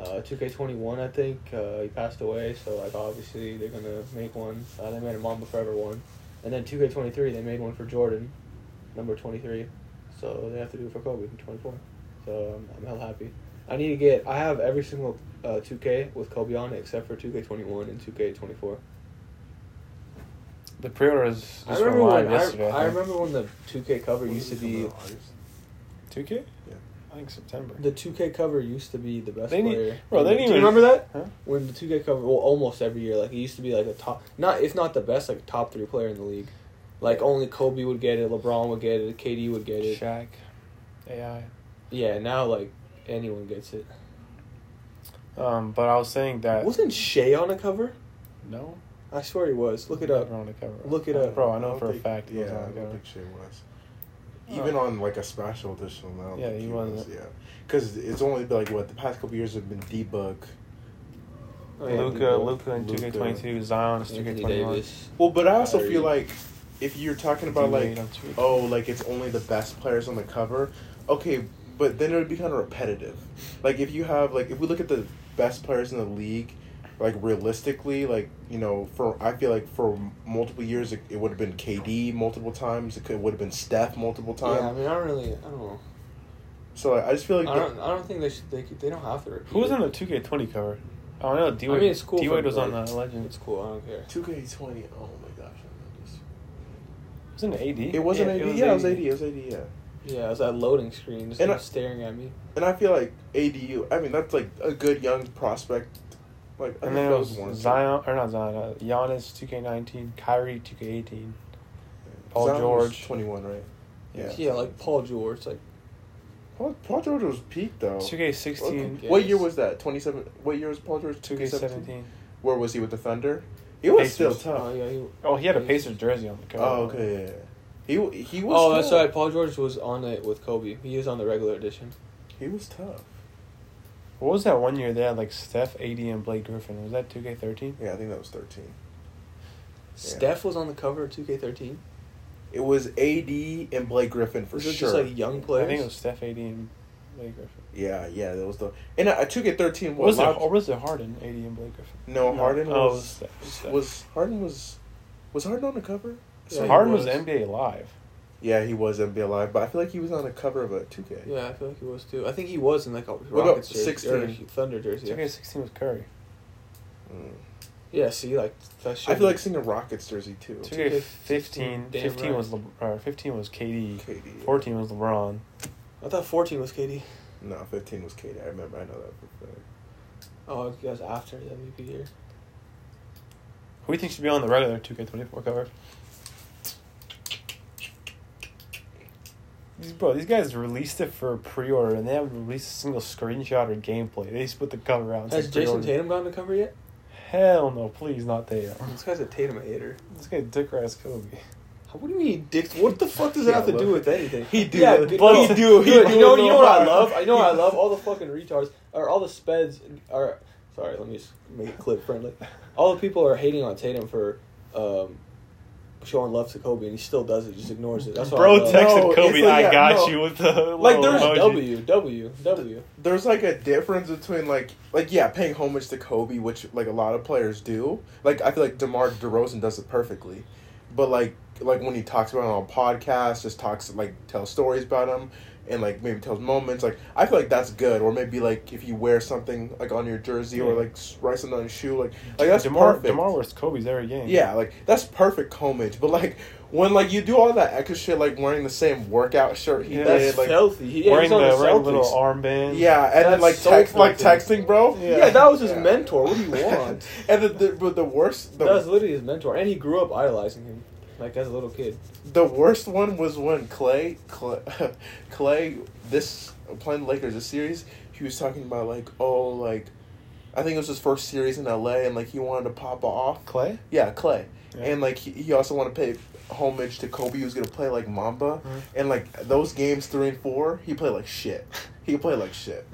B: Uh, Two K twenty one, I think uh, he passed away, so like obviously they're gonna make one. Uh, they made a Mamba Forever one, and then two K twenty three, they made one for Jordan, number twenty three. So they have to do it for Kobe in twenty four. So I'm, I'm hella happy. I need to get. I have every single uh, 2K with Kobe on it except for 2K21 and 2K24.
A: The pre-orders just
B: I remember
A: went
B: when
A: live
B: I,
A: yesterday.
B: I remember when the 2K cover used to be
A: two K.
C: Yeah.
A: I think September.
B: the 2K cover used to be the best
A: They need-
B: player.
A: bro, they
B: Do
A: didn't
B: you
A: even-
B: remember that
A: Huh?
B: when the 2K cover? Well, almost every year, like it used to be like a top, not if not the best, like top three player in the league. Like only Kobe would get it, LeBron would get it, KD would get it.
A: Shaq, AI.
B: Yeah, now like anyone gets it.
A: Um, but I was saying that
B: Wasn't Shea on a cover?
A: no.
B: I swear he was. Look it up.
A: Never on the cover.
B: Look it up.
A: bro. Oh, I
C: don't
A: know for a
C: think-
A: fact. He
C: Yeah,
A: was
C: I
A: on the
C: don't
A: cover.
C: think she was. Even on like a special edition, I don't
A: Yeah,
C: think
A: he
C: was.
A: wasn't.
C: Yeah, because it's only been, like what the past couple years have been debug.
B: Oh, yeah.
A: Luca,
C: Luka,
A: Luca, and two K
C: Luka.
A: twenty two. Zion is two K
B: Anthony
A: twenty one.
B: Davis.
C: Well, but I also
B: Kyrie.
C: feel like if you're talking about like oh, like it's only the best players on the cover. Okay, but then it would be kind of repetitive. Like if you have like if we look at the best players in the league, like realistically, like you know, for I feel like for multiple years it, it would have been KD multiple times. It, could- would have been Steph multiple times.
B: Yeah, I mean, I don't really, I don't know.
C: So like, I just feel like
B: I
C: the-
B: don't, I don't think they should. They, could- they don't have to. Repeat
A: Who was
B: it.
A: on the two K twenty cover? Oh, I know D
B: I
A: Wade.
B: mean, it's cool
A: D Wade
B: for,
A: was on
B: like-
A: the Legends.
B: It's cool. I don't care.
C: 2K20. Oh my gosh. I know this.
A: Wasn't it AD?
C: It wasn't
A: Yeah,
C: AD.
A: was
C: yeah, it was AD. It was AD. Yeah.
B: Yeah, it was that loading screen just
C: And
B: like,
C: I-
B: staring at me.
C: And I feel like ADU. I mean, that's like a good young prospect. Like I
A: And
C: think
A: then
C: that
A: it was
C: one or two.
A: Zion or not Zion. Uh, Giannis two K nineteen. Kyrie two K eighteen. Paul
C: Zion was
A: George.
C: 21, right?
A: Yeah.
B: Yeah, like Paul George. Like
C: Paul, Paul George was peak though.
A: Two K
C: What-
A: sixteen.
C: What year was that? 27. What year was Paul George?
A: Two K
C: 2K17.
A: seventeen.
C: Where was he with the Thunder? He was still
A: Pacers.
C: tough.
B: oh yeah. He,
A: Oh, he had a Pacers jersey on the cover.
C: Oh, okay. Yeah, yeah. He he was.
B: oh, that's
C: tough.
B: right. Paul George was on it with Kobe. He was on the regular edition.
C: He was tough.
A: What was that one year they had like Steph, AD, and Blake Griffin? Was that two K thirteen?
C: Yeah, I think that was 13.
B: Steph was on the cover of 2K13.
C: It was AD and Blake Griffin for
B: Was
C: sure.
B: it just like young
A: I
B: players?
A: think it was Steph, AD, and Blake Griffin.
C: yeah, yeah, that was the and uh, two K thirteen
A: Was
C: was
A: it
C: not-
A: or was it Harden, AD, and Blake Griffin?
C: no Harden
A: Oh, it was
C: was
A: Steph, it was Steph.
C: was Harden was was Harden on the cover?
B: Yeah, he
A: Harden was,
B: was.
A: NBA Live.
C: Yeah, he was NBA Live, but I feel like he was on the cover of a two K.
B: Yeah, I feel like he was too. I think he was in like a
C: about
B: Rockets jersey or
C: 16?
B: Thunder jersey.
A: Yeah. 2K16 was Curry.
B: Yeah, see, like that should
C: Mm. I feel like seeing a Rockets jersey too.
A: 2K15,
B: Damn
A: 15
B: right.
A: was Le- or 15 was KD,
C: KD.
A: 14 was LeBron.
B: I thought fourteen was KD.
C: No, fifteen was KD. I remember. I know that. For a fact.
B: Oh, you guys after the MVP year.
A: Who do you think should be on the regular 2K24 cover? These, bro, these guys released it for pre-order and they haven't released a single screenshot or gameplay. They just put the cover out. and
B: Has
A: said
B: Jason
A: pre-order.
B: Tatum gotten the cover yet?
A: Hell no, please not Tatum.
B: This guy's a Tatum hater.
A: This guy dick ass Kobe.
B: How- What do you mean he dicked? What the fuck does that
C: Yeah,
B: have to do
C: look.
B: with anything?
C: He do.
B: Yeah,
C: He
B: good- no,
A: do.
B: good.
A: He
B: You
A: do
B: know, you know what I
A: a lot.
B: love? I know what I love all the fucking retards or all the speds are. Sorry, let me just make it clip friendly. All the people are hating on Tatum for um, showing love to Kobe, and he still does it. Just ignores it. That's what I
A: Bro
B: love.
A: texted
C: text- No,
A: Kobe,
C: it's like,
A: "I
C: yeah,
A: got
C: no.
A: you" with the
B: like
A: little
B: there's
A: emoji.
B: W W W.
C: There's like a difference between like like yeah, paying homage to Kobe, which like a lot of players do. Like I feel like DeMar DeRozan does it perfectly, but like like when he talks about him on podcasts, just talks like tells stories about him, and like maybe tells moments. Like I feel like that's good, or maybe like if you wear something like on your jersey or
A: Yeah.
C: like s- write something on your shoe, like like that's
A: Demar
C: perfect.
A: Demar wears Kobe's every game.
C: Yeah, like that's perfect homage. But like when like you do all that extra shit, like wearing the same workout shirt he
A: Yeah,
C: did,
B: That's
C: like
B: filthy. He, yeah,
A: wearing
B: he's
A: the,
B: on the,
A: wearing the
B: Celtics.
A: little armband.
C: yeah, and then
B: That's
C: like
B: so
C: text, like
B: filthy.
C: texting, bro.
A: Yeah.
B: yeah. that was his
C: Yeah.
B: mentor. What do you want?
C: and the, the but the worst
B: that was
C: the,
B: literally his mentor, and he grew up idolizing him, like as a little kid.
C: the worst one was when Clay Clay, Clay this playing the Lakers this series he was talking about like oh like I think it was his first series in L.A. and like he wanted to pop off
A: Clay.
C: yeah Clay
A: Yeah.
C: and like he, he also wanted to pay homage to Kobe who was gonna play like Mamba
A: Mm-hmm.
C: and like those games three and four he played like shit he played like shit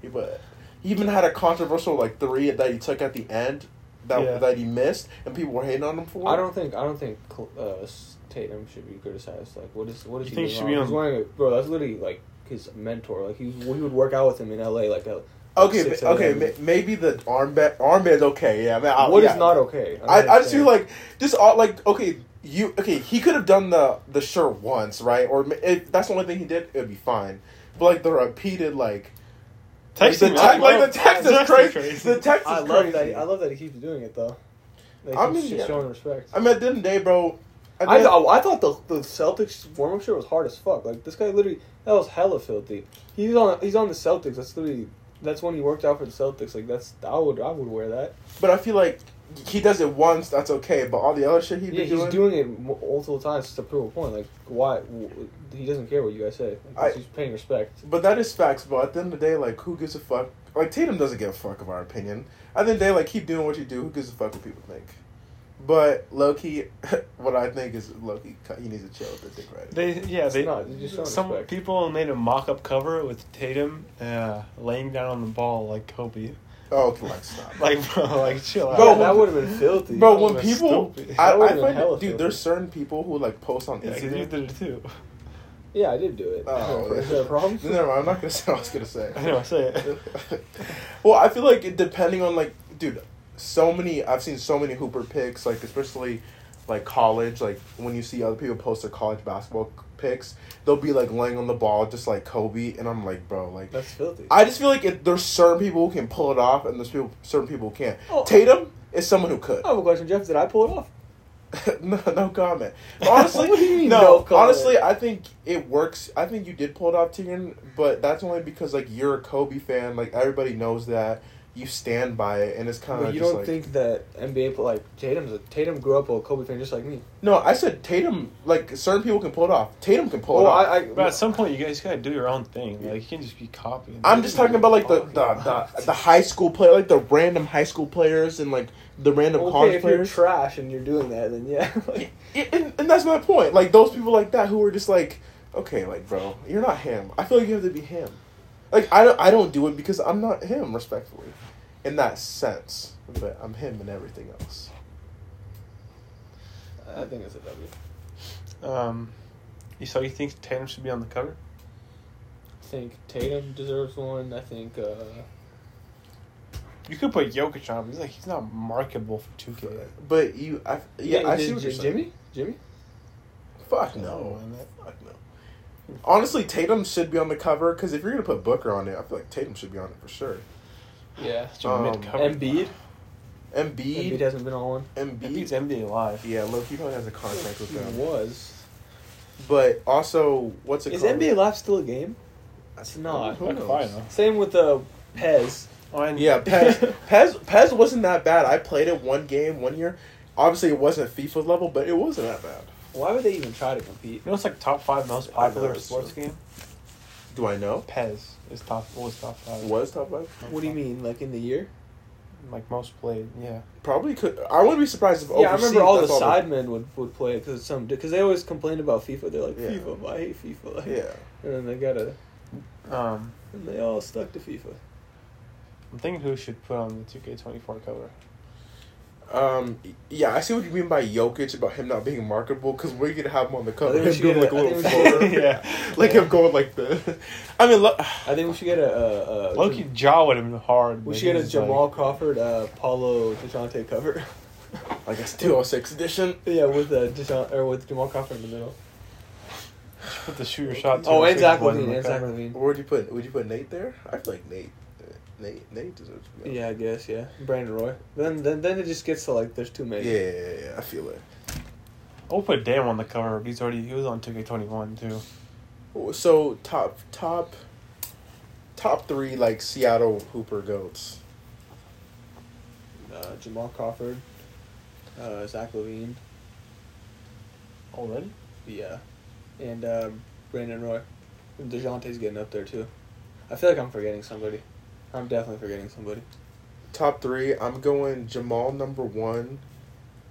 C: he played, he even had a controversial like three that he took at the end. That,
A: Yeah.
C: that he missed and people were hating on him for.
B: I don't think I don't think Cl- uh, S- Tatum should be criticized. Like, what is what is
A: You think
B: he doing
A: he should be
B: wrong?
A: on-
B: He's wearing a, bro. That's literally like his mentor. Like he was, he would work out with him in L.A. Like a
C: Okay,
B: Six
C: ma-
B: out of
C: okay,
B: eleven.
C: ma- maybe the armband armband's okay. Yeah, I mean, I,
B: what is
C: yeah.
B: not okay?
C: I,
B: don't
C: I just feel
B: understand.
C: like just all, like okay, you okay. He could have done the the shirt once, right? Or ma- if that's the only thing he did, it'd be fine. But like the repeated like like, the,
A: Texting
C: te- like, the text is crazy. The text is
B: I love
C: crazy.
B: that. He, I love that he keeps doing it though. Like,
C: I
B: he's
C: mean,
B: just
C: yeah.
B: showing respect.
C: I mean, at the end of the day, bro. at the
B: I,
C: end-
B: th- I thought the the Celtics warm up shirt was hard as fuck. Like this guy literally that was hella filthy. He's on he's on the Celtics. That's literally that's when he worked out for the Celtics. Like that's I would I would wear that.
C: but I feel like he does it once. That's okay. But all the other shit he
B: Yeah,
C: been
B: he's
C: doing,
B: doing it mo- multiple times just to prove a point. Like why w- he doesn't care what you guys say. Like,
C: I-
B: he's paying respect.
C: But that is facts, bro. At the end of the day, like, who gives a fuck? Like, Tatum doesn't give a fuck of our opinion. At the end of the day, like, keep doing what you do. Who gives a fuck what people think? But Loki, what I think is Loki, he needs to chill with the dick right.
A: They yeah they
B: not, it's just showing
A: some
B: respect.
A: people made a mock up cover with Tatum uh, laying down on the ball like Kobe
C: Oh, okay, like, stop.
A: like bro like chill out
C: Bro,
B: yeah, that
C: when-
B: would have been filthy.
C: Bro,
A: that
C: when
A: was
C: people,
A: stupid.
C: I,
B: That would've
C: I
B: been
C: find,
B: hella
C: it, dude,
B: stupid.
C: there's certain people who like post on
A: yeah, 'cause you
C: Instagram.
A: did it too
B: yeah, I did do it.
C: Oh,
B: is that a problem?
C: No, never mind. I'm not gonna say what I was gonna say.
A: I know I say it
C: well, I feel like it depending on like, dude, so many. I've seen so many Hooper picks, like especially like college. Like when you see other people post their college basketball c- picks, they'll be like laying on the ball, just like Kobe, and I'm like, bro, like.
B: That's filthy.
C: I just feel like it, there's certain people who can pull it off, and there's people, certain people who can't.
B: Oh.
C: Tatum is someone who could.
B: I have a question, Jeff. Did I pull it off?
C: no, no comment. Honestly,
B: What do you mean,
C: no.
B: no comment?
C: Honestly, I think it works. I think you did pull it off, Tegan, but that's only because like you're a Kobe fan. Like everybody knows that you stand by it, and it's kind
B: But
C: of
B: you
C: Uh, just
B: don't
C: like
B: think that NBA pl- like Tatum's a, Tatum grew up a Kobe fan just like me.
C: no. I said Tatum. Like certain people can pull it off. Tatum can pull
B: Well,
C: it off.
B: I, I
A: but at some point you guys gotta do your own thing like you can just be copying
C: I'm just talking about like the the, the, the high school player, like the random high school players, and like the random
B: okay,
C: college
B: if you're
C: players.
B: trash and you're doing that, then yeah.
C: Yeah, and, and that's my point. Like those people like that who are just like, okay, like bro, you're not him. I feel like you have to be him. Like I don't, I don't do it because I'm not him, respectfully, in that sense. But I'm him and everything else.
B: I think it's a W.
A: Um, you so you think Tatum should be on the cover?
B: I think Tatum deserves one. I think uh,
A: You could put Jokic on. But he's like he's not marketable for two K.
C: But you, I, yeah, I see
B: did-
C: what
B: did
C: you're saying.
B: Jimmy. Jimmy.
C: Fuck no. Fuck no. Honestly, Tatum should be on the cover because if you're gonna put Booker on it, I feel like Tatum should be on it for sure.
B: Yeah.
C: Um,
A: mid cover.
B: Embiid. Embiid
C: Embiid,
B: hasn't been on one.
A: Embiid's
C: Embiid,
A: NBA live.
C: yeah, Loki probably has a contract with
B: He
C: them.
B: was.
C: But also, what's it
B: Is
C: called?
B: NBA Live still a game?
C: That's-
B: not.
C: Who knows?
A: Fine, though.
B: Same with the uh, Pez.
A: Oh, and
C: Yeah, Pez, Pez, Pez wasn't that bad. I played it one game one year. Obviously, it wasn't FIFA level, but it wasn't that bad.
B: Why would they even try to compete?
A: You know, it's like top five most
C: I know,
A: popular
C: it's
A: sports
C: just-
A: game.
C: Do I know?
A: Pez is top. What was top five?
C: Was top five?
B: What do you mean, like in the year?
A: Like most played. Yeah.
C: Probably could. I wouldn't be surprised if.
B: yeah, I
C: overseas,
B: remember all the
C: that's they-
B: sidemen would, would play it because some because they always complained about FIFA. They're like
C: Yeah.
B: FIFA, I hate FIFA. Like,
C: Yeah,
B: and then they gotta
A: Um,
B: and they all stuck to FIFA.
A: I'm thinking who should put on the two K twenty four cover.
C: um, yeah, I see what you mean by Jokic about him not being marketable because we're gonna have him on the cover.
B: think we
C: Him
B: should
C: doing
B: get
C: like
B: a-
C: a
B: I
C: little
B: think we should-
C: floater, like him going like this. I mean, lo-
B: I think we should get a, a, a
A: Loki jaw at him hard.
B: We
A: but
B: should get a
A: he's
B: Jamal Crawford, uh, Paulo Dejounte cover.
C: like it's two hundred six edition.
B: yeah, with uh, Dejounte or with Jamal Crawford in the middle.
A: Like, put the shooter shot.
B: Oh, and
A: and
B: Zach Levine, and Zach Levine.
C: Where'd you put? Would you put Nate there? I feel like Nate. Nate. Nate deserves. To be on.
B: Yeah, I guess. Yeah, Brandon Roy. Then then then it just gets to like there's too
C: Yeah,
B: many.
C: yeah, yeah, yeah. I feel it.
A: I'll put Dam on the cover. He's already he was on two K twenty one too.
C: So top top top three like Seattle Hooper goats.
B: Uh, Jamal Crawford, uh, Zach Levine.
A: Already?
B: Yeah. And um, Brandon Roy. DeJounte's getting up there too. I feel like I'm forgetting somebody. I'm definitely forgetting somebody.
C: Top three. I'm going Jamal number one,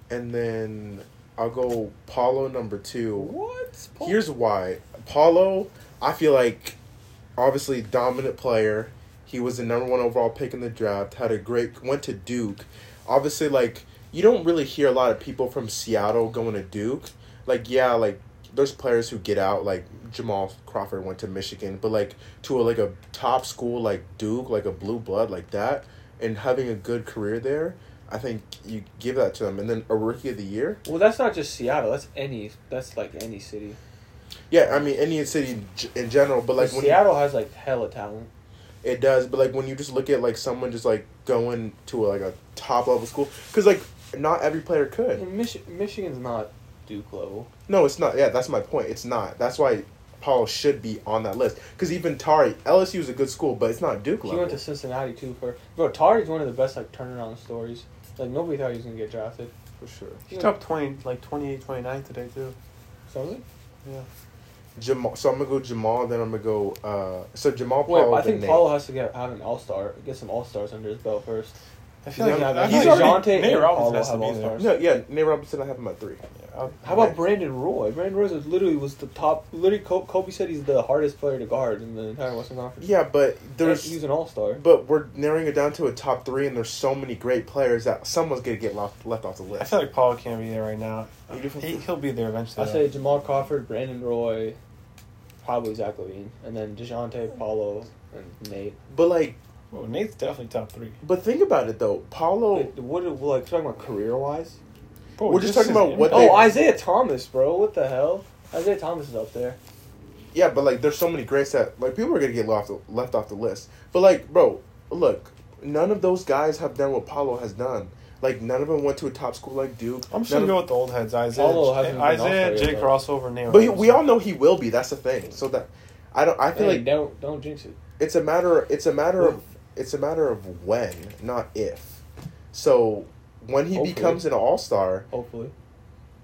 C: and then I'll go Paulo number two.
B: What?
C: Here's why. Paulo, I feel like obviously dominant player. He was the number one overall pick in the draft. Had a great went to Duke. Obviously, like you don't really hear a lot of people from Seattle going to Duke. Like yeah, like there's players who get out. Like Jamal Crawford went to Michigan, but like to a, like a top school like Duke, like a blue blood like that, and having a good career there. I think you give that to them, and then a rookie of the year.
B: Well, that's not just Seattle. That's any. That's like any city.
C: Yeah, I mean Indian City in g- in general, but like when you-
B: Seattle has like hella talent.
C: It does, but like when you just look at like someone just like going to like a top level school, because like not every player could.
B: And Mich- Michigan's not Duke level.
C: No, it's not. Yeah, that's my point. It's not. That's why Paul should be on that list. Because even Tari, LSU is a good school, but it's not Duke
B: He
C: level.
B: went to Cincinnati too for bro. Tari's one of the best like turnaround stories. Like nobody thought he was gonna get drafted.
C: for sure.
A: He's top twenty like 28, 29 today too.
B: Something.
C: Jamal. So I'm gonna go Jamal. Then I'm gonna go. uh So Jamal.
B: Wait,
C: Paul,
B: I
C: then
B: think
C: Nate.
B: Paulo has to get have an all star, get some all stars under his belt first.
A: I
B: feel
A: feel
B: like-
A: like
B: I
A: he's
C: feel like
A: already,
B: Nate
A: Nate
B: Robinson
A: Robinson
B: has
A: has
B: to be there.
C: No, yeah, Nate Robinson. I have him at three.
B: How about Brandon Roy? Brandon Roy was literally was the top. Literally, Col- Kobe said he's the hardest player to guard in the entire Western Conference.
C: Yeah, but
B: There's,
C: there's.
B: he was an all star.
C: But we're narrowing it down to a top three, and there's so many great players that someone's gonna get left left off the list.
A: I feel like Paul can't be there right now.
C: You different-
A: He, he'll be there eventually.
B: I say Jamal Crawford, Brandon Roy, probably Zach Levine, and then Dejounte, Paulo, and Nate.
C: but like.
A: Well, Nate's definitely top three.
C: But think about it though, Paulo.
B: Wait, Oh, what? Like talking about career wise?
A: Bro,
C: We're just talking
A: his
C: about what
A: impact.
B: Oh,
C: they-
B: Isaiah Thomas, bro. What the hell? Isaiah Thomas is up there.
C: Yeah, but like, there's so many greats that like people are gonna get left left off the list. But like, bro, look, none of those guys have done what Paulo has done. Like, none of them went to a top school like Duke.
A: I'm just gonna
C: None
A: go
C: of-
A: with the old heads. Isaiah,
B: Paulo hasn't been
A: Isaiah,
B: off
A: Jay
B: yet, though.
A: Crossover, Nate.
C: But he- we
A: Robinson.
C: all know he will be. That's the thing. So that I don't. I feel
B: Hey,
C: like
B: don't don't jinx it.
C: it's a matter. It's a matter of. It's a matter of when, not if. So when he
B: Hopefully.
C: becomes an all star,
B: Hopefully,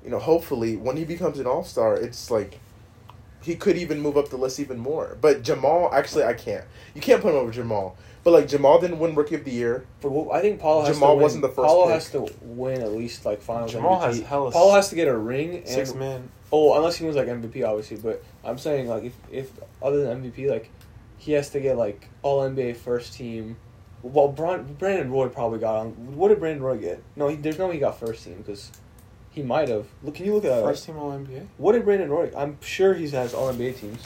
C: you know, hopefully when he becomes an all star, it's like he could even move up the list even more. But Jamal, actually, I can't. You can't put him over Jamal. But like Jamal didn't win Rookie of the Year.
B: but what, I think Paulo has
C: Jamal
B: to win.
C: wasn't the first
B: Paulo
C: pick.
B: has to win at least like finals.
A: Jamal
B: MVP.
A: has hella
B: Paulo has to get a ring. And,
A: six men.
B: Oh, unless he wins like MVP, obviously. But I'm saying like if if other than MVP, like he has to get like All NBA first team. Well, Bron- Brandon Roy probably got on. What did Brandon Roy get? No, he, there's no way he got first team because He might have. Look, can you look at
A: First
B: that?
A: team All NBA.
B: What did Brandon Roy? I'm sure he has All NBA teams.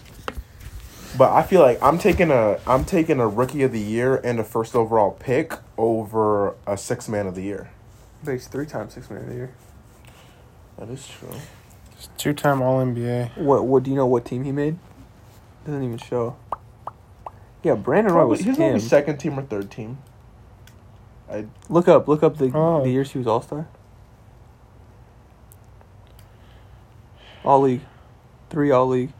C: But I feel like I'm taking a I'm taking a rookie of the year and a first overall pick over a six man of the year.
D: But he's three times six man of the year.
C: That is true.
A: Two time All NBA.
D: What? What do you know? What team he made? Doesn't even show. Yeah, Brandon Roy
C: Probably,
D: was
C: he's only
D: him.
C: second team or third team. I
D: Look up, look up the
A: Oh.
D: the years he was All Star. All league, three All league.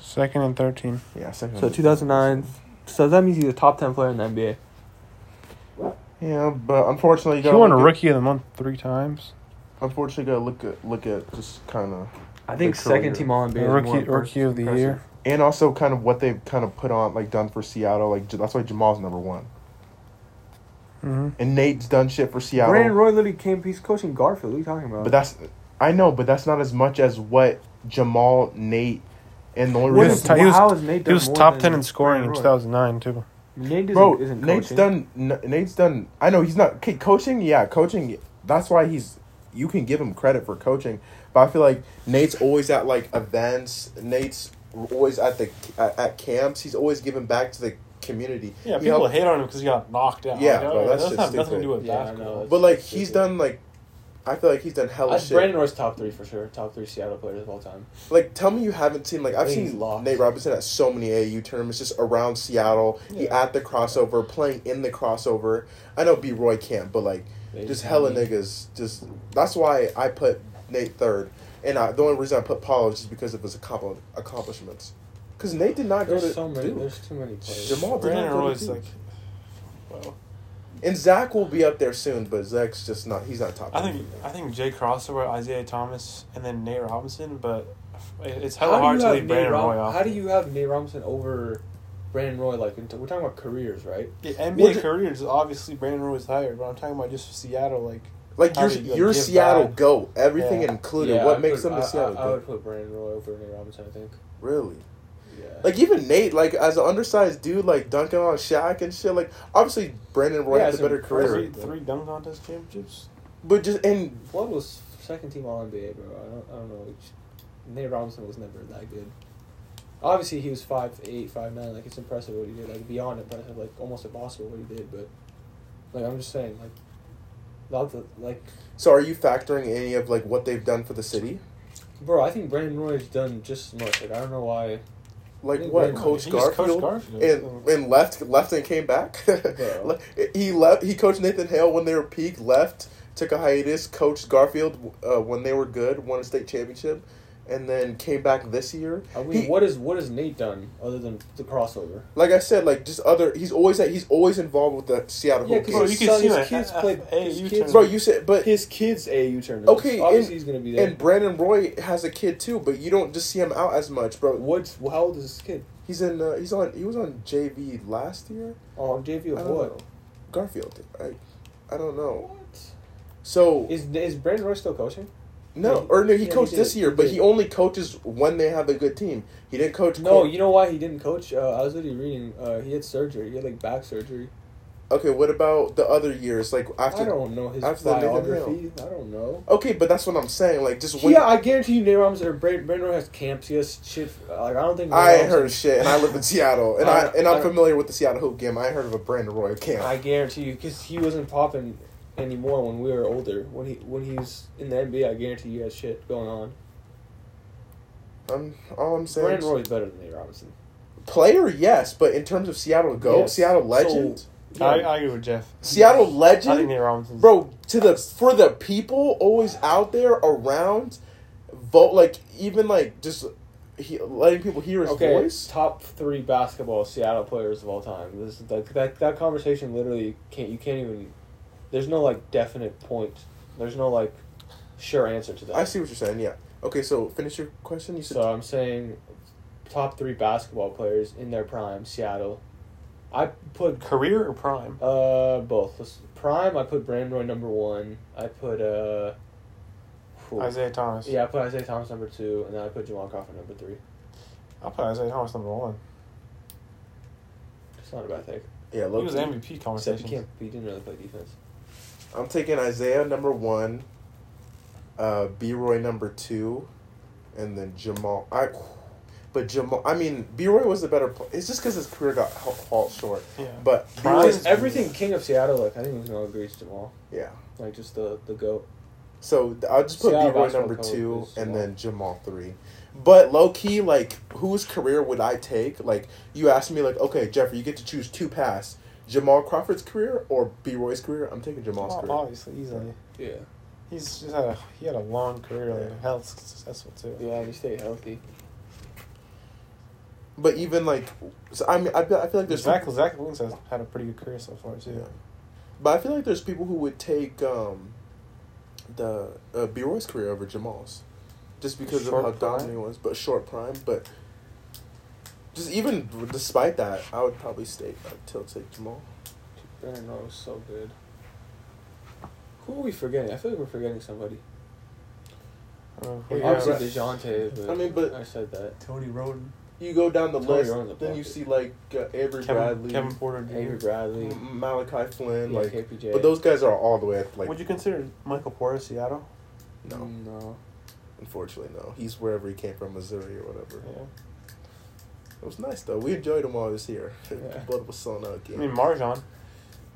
A: Second and third team.
C: yeah second.
D: So two thousand nine. So that means he's a top ten player in the NBA.
C: Yeah, but unfortunately,
A: He
C: you gotta
A: won
C: look at-
A: Rookie of the Month three times.
C: Unfortunately, gotta look at look at just kind of
D: I think
C: Good
D: second
C: career.
D: team All NBA. is
A: Rookie-
D: more impressive-
A: rookie of the
D: impressive.
A: year.
C: and also kind of what they've kind of put on like done for Seattle. Like that's why Jamal's number one,
A: Mm-hmm.
C: and Nate's done shit for Seattle.
D: Brandon Roy literally came. He's coaching Garfield. What are you talking about?
C: But that's I know, but that's not as much as what Jamal, Nate, and the only
A: What
C: reason
A: is Ty- he was-
D: how is Nate
A: He
D: done
A: was
D: more
A: top
D: than
A: ten in scoring in
D: Brandon
A: two
D: Roy?
A: thousand nine too.
D: Nate isn't,
C: bro,
D: isn't
C: Nate's
D: coaching.
C: done. N- Nate's done. I know he's not okay, coaching. Yeah, coaching. That's why he's. You can give him credit for coaching, but I feel like Nate's always at like events. Nate's always at the at, at camps. He's always giving back to the community.
A: Yeah,
C: He
A: people
C: helped-
A: hate on him because he got knocked out. Like,
C: Yeah, bro,
A: oh,
C: that's
A: that doesn't
C: just
A: have nothing to
C: stupid.
A: do with
B: Yeah, I know.
A: basketball.
C: But like he's done like, I feel like he's done hella
B: I,
C: shit.
B: Brandon Roy's top three for sure. Top three Seattle players of all time.
C: Like, tell me you haven't seen like I've
B: He's
C: seen
B: lost.
C: Nate Robinson at so many AU tournaments, just around Seattle, he
B: Yeah.
C: at the crossover, playing in the crossover. I know B Roy can't, but like,
B: They
C: just
B: have
C: hella
B: me.
C: niggas. Just that's why I put Nate third, and I, the only reason I put Paul is just because of his accompli- accomplishments. Because Nate did not go
B: There's
C: to
B: so many.
C: Duke,
B: There's too many players.
C: Jamal did not
A: Brandon
C: go to
A: Roy's
C: Duke.
A: like, well,
C: and Zach will be up there soon, but Zach's just not. He's not top.
A: I
C: ten.
A: think I think Jay Crossover, Isaiah Thomas, and then Nate Robinson. But it- it's hella
B: How
A: hard
B: do,
A: to
B: you
A: leave
B: have Nate
A: Brandon
B: Rob-
A: Roy off.
B: how do you have Nate Robinson over Brandon Roy? Like we're t- we're talking about careers, right?
A: Yeah,
B: What
A: NBA
B: the-
A: career is obviously Brandon Roy is higher, but I'm talking about just Seattle. Like
C: Like
A: How
C: you're,
A: do you, like,
C: you're
A: give
C: Seattle
A: back?
C: go everything
A: Yeah.
C: included.
B: Yeah,
C: what
B: I
C: makes
B: put-
C: him a
B: I-
C: Seattle
B: I, I
C: go?
B: would put Brandon Roy over Nate Robinson. I think.
C: Really.
B: Yeah.
C: Like even Nate, like as an undersized dude, like dunking on Shaq and shit. Like obviously Brandon Roy
B: Yeah,
C: has
B: it's
C: a better
A: three,
C: career,
B: impressive.
A: three dunk contest championships.
C: but just and
B: Flood was second team All NBA, bro. I don't, I don't know. Which, Nate Robinson was never that good. Obviously, he was five eight, five nine. Like it's impressive what he did. Like beyond impressive. Like almost impossible what he did. But like I'm just saying, like not the like,
C: so are you factoring any of like what they've done for the city?
B: bro. I think Brandon Roy's done just as much. Like I don't know why.
C: Like
B: Yeah,
C: what
B: Brandon-
C: Coach
A: He just coached
C: Garfield,
A: Garfield,
C: and
A: so-
C: and left left and came back.
B: Bro.
C: he left. He coached Nathan Hale when they were peak. Left, took a hiatus. Coached Garfield uh, when they were good, won a state championship, and then came back this year.
B: I mean,
C: He-
B: what is what has Nate done other than the crossover?
C: Like I said, like just other. He's always at, he's always involved with the Seattle.
B: Yeah,
C: Hawks.
B: 'cause
A: Bro,
B: his
A: you can
B: son-
A: see
B: his
A: like
B: kids
A: F-
B: played-
A: FAU
B: his kids-
A: tournament.
C: bro, you said, but
B: His kids AAU tournament.
C: Okay, and-
B: obviously he's gonna be there.
C: And Brandon Roy has a kid too, but you don't just see him out as much, bro.
B: What's how old is this kid?
C: He's in. Uh, he's on. He was on JV last year.
B: Oh, JV
C: I
B: of
C: don't
B: what?
C: Garfield. I, I don't know.
B: What?
C: So
B: Is is Brandon Roy still coaching?
C: no, or no, he
B: Yeah, he
C: coached
B: did.
C: this year,
B: He
C: but
B: did.
C: he only coaches when they have a good team. He didn't coach.
B: No,
C: Cor-
B: you know why he didn't coach? Uh, I was literally reading. Uh, he had surgery. He had like back surgery.
C: okay, what about the other years? Like
B: I
C: after.
B: don't know his
C: after the Nathan
B: biography. I don't know.
C: Okay, but that's what I'm saying. Like just wait.
B: Yeah, I guarantee you, Nate Robinson or Brand- Brandon Roy has camps. He has shit. Like I don't think. Nate
C: I ain't
B: Robinson-
C: heard of shit, and I live in Seattle, and I,
B: I-
C: and
B: I-
C: I'm familiar with the Seattle hoop game. I ain't heard of a Brandon Roy camp.
B: I guarantee you, because he wasn't popping anymore when we were older. When he when he was in the NBA, I guarantee you had shit going on.
C: I'm all I'm saying.
B: Brandon
C: is-
B: Roy's better than Nate Robinson.
C: Player, yes, but in terms of Seattle Go,
B: Yes.
C: Seattle Legend,
A: I, I agree with Jeff.
C: Seattle
A: I think
C: Legend,
A: Nate Robinson,
C: bro. To the for the people always out there around, vote like even like just he, letting people hear his
B: Okay,
C: voice.
B: top three basketball Seattle players of all time. This is like that that conversation literally can't you can't even. There's no like definite point. There's no like sure answer to that.
C: I see what you're saying. Yeah. Okay, so finish your question. You said
B: So I'm saying, top three basketball players in their prime, Seattle. I put
A: career or prime?
B: uh both Let's- prime. I put Brandon Roy number one. I put uh. whew.
A: Isaiah Thomas.
B: Yeah, I put Isaiah Thomas number two, and then I put Jamal Crawford number three.
A: I'll put Isaiah Thomas number one.
B: It's not a bad thing.
C: yeah.
A: He was
C: Look,
A: MVP
B: Except he
A: conversation.
B: can't. He didn't really play defense.
C: I'm taking Isaiah number one. uh, B Roy number two, and then Jamal. I, but Jamal. I mean, B Roy was the better. Pl- it's just because his career got ha- hauled short.
A: Yeah.
C: But
A: Prime-
C: B-Roy's-
B: Everything King of Seattle, like I think we can all agree, is Jamal.
C: yeah.
B: Like just the the goat.
C: So th- I'll just put
B: Seattle
C: B Roy
B: basketball
C: number
B: coach
C: two
B: is
C: and
B: Jamal.
C: then Jamal three. But low key, like whose career would I take? Like you asked me, like okay, Jeffrey, you get to choose two paths: Jamal Crawford's career or B Roy's career. I'm taking Jamal's
A: Well,
C: career.
A: obviously, easily.
B: Yeah.
A: He's just had a he had a long career and health successful too.
B: Yeah, he stayed healthy.
C: But even like, so, I mean, I feel, I feel like there's
A: Zach Zach Williams has had a pretty good career so far too.
C: Yeah. But I feel like there's people who would take um, the uh, B Roy's career over Jamal's, just because
A: Short
C: of how dominant he
A: prime?
C: was. But short prime, but just even despite that, I would probably stay uh, till take Jamal.
B: Brandon Roy was so good. Who are we forgetting? I feel like we're forgetting somebody.
A: I don't know
C: Yeah,
A: who-
B: Obviously
C: but-
B: Dejounte. But
C: I mean, but-
B: I said that.
A: Tony Roden,
C: You go down the
B: Totally
C: list,
B: wrong in the
C: then you
B: pocket.
C: see like uh, Avery
A: Kevin,
C: Bradley,
A: Kevin Porter, Jr.
B: Avery Bradley.
C: M- Malachi Flynn,
B: yeah,
C: like.
B: KPJ.
C: But those guys are all the way at like
A: Would you consider Michael Porter Seattle?
C: no,
B: No.
C: unfortunately no. He's wherever he came from, Missouri or whatever.
A: Yeah.
C: It was nice though. We enjoyed him while he was here.
B: Yeah.
C: Blood was selling out
A: I
C: again.
A: mean Marjan.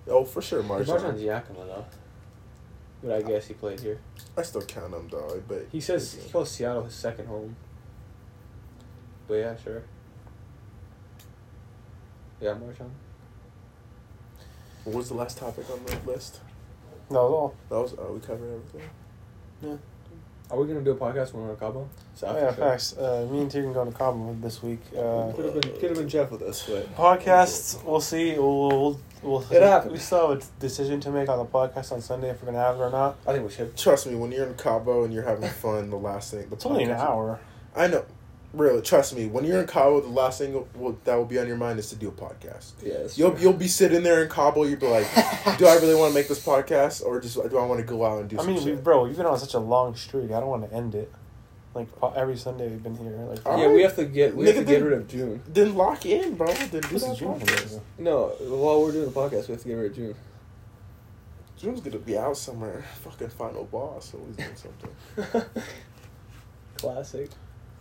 C: oh, for sure, Marjan.
B: Marjan's Yakima though. But I guess he played here.
C: I still count him, dog. But
B: He says he calls Seattle his second home. But yeah, sure. Yeah, Marchand.
C: What was the last topic on the list?
A: No, it's all.
C: That was oh, we covered everything.
B: Are we gonna do a podcast when we're in Cabo?
A: Oh, yeah, facts. Uh, me and Tegan going to Cabo this week. Uh,
B: Could have been could have been Jeff with us, but
A: podcast, we'll see. We'll, we'll, we'll
B: It happened.
A: We still have a decision to make on the podcast on Sunday if we're gonna have it or not.
B: I think we should.
C: Trust me, when you're in Cabo and you're having fun, the last thing the
A: It's only an
C: podcast-
A: hour.
C: I know, really. Trust me, when you're in Cabo, the last thing will, that will be on your mind is to do a podcast.
B: Yes.
C: You'll you'll be sitting there in Cabo. You'll be like, do I really want to make this podcast, or just do I want to go out and do?
A: I
C: some
A: mean, we,
C: shit?
A: bro, you've been on such a long streak. I don't want to end it. Like po- every Sunday we've been here. Like
C: All
B: yeah,
C: right.
B: we have to get we
C: Nigga,
B: have to
C: then-
B: get rid of June.
C: then lock in, bro. Then do
A: this
C: that
A: is June.
C: podcast.
B: No, while we're doing the podcast, we have to get rid of June.
C: June's gonna be out somewhere. Fucking final boss always doing something.
B: Classic.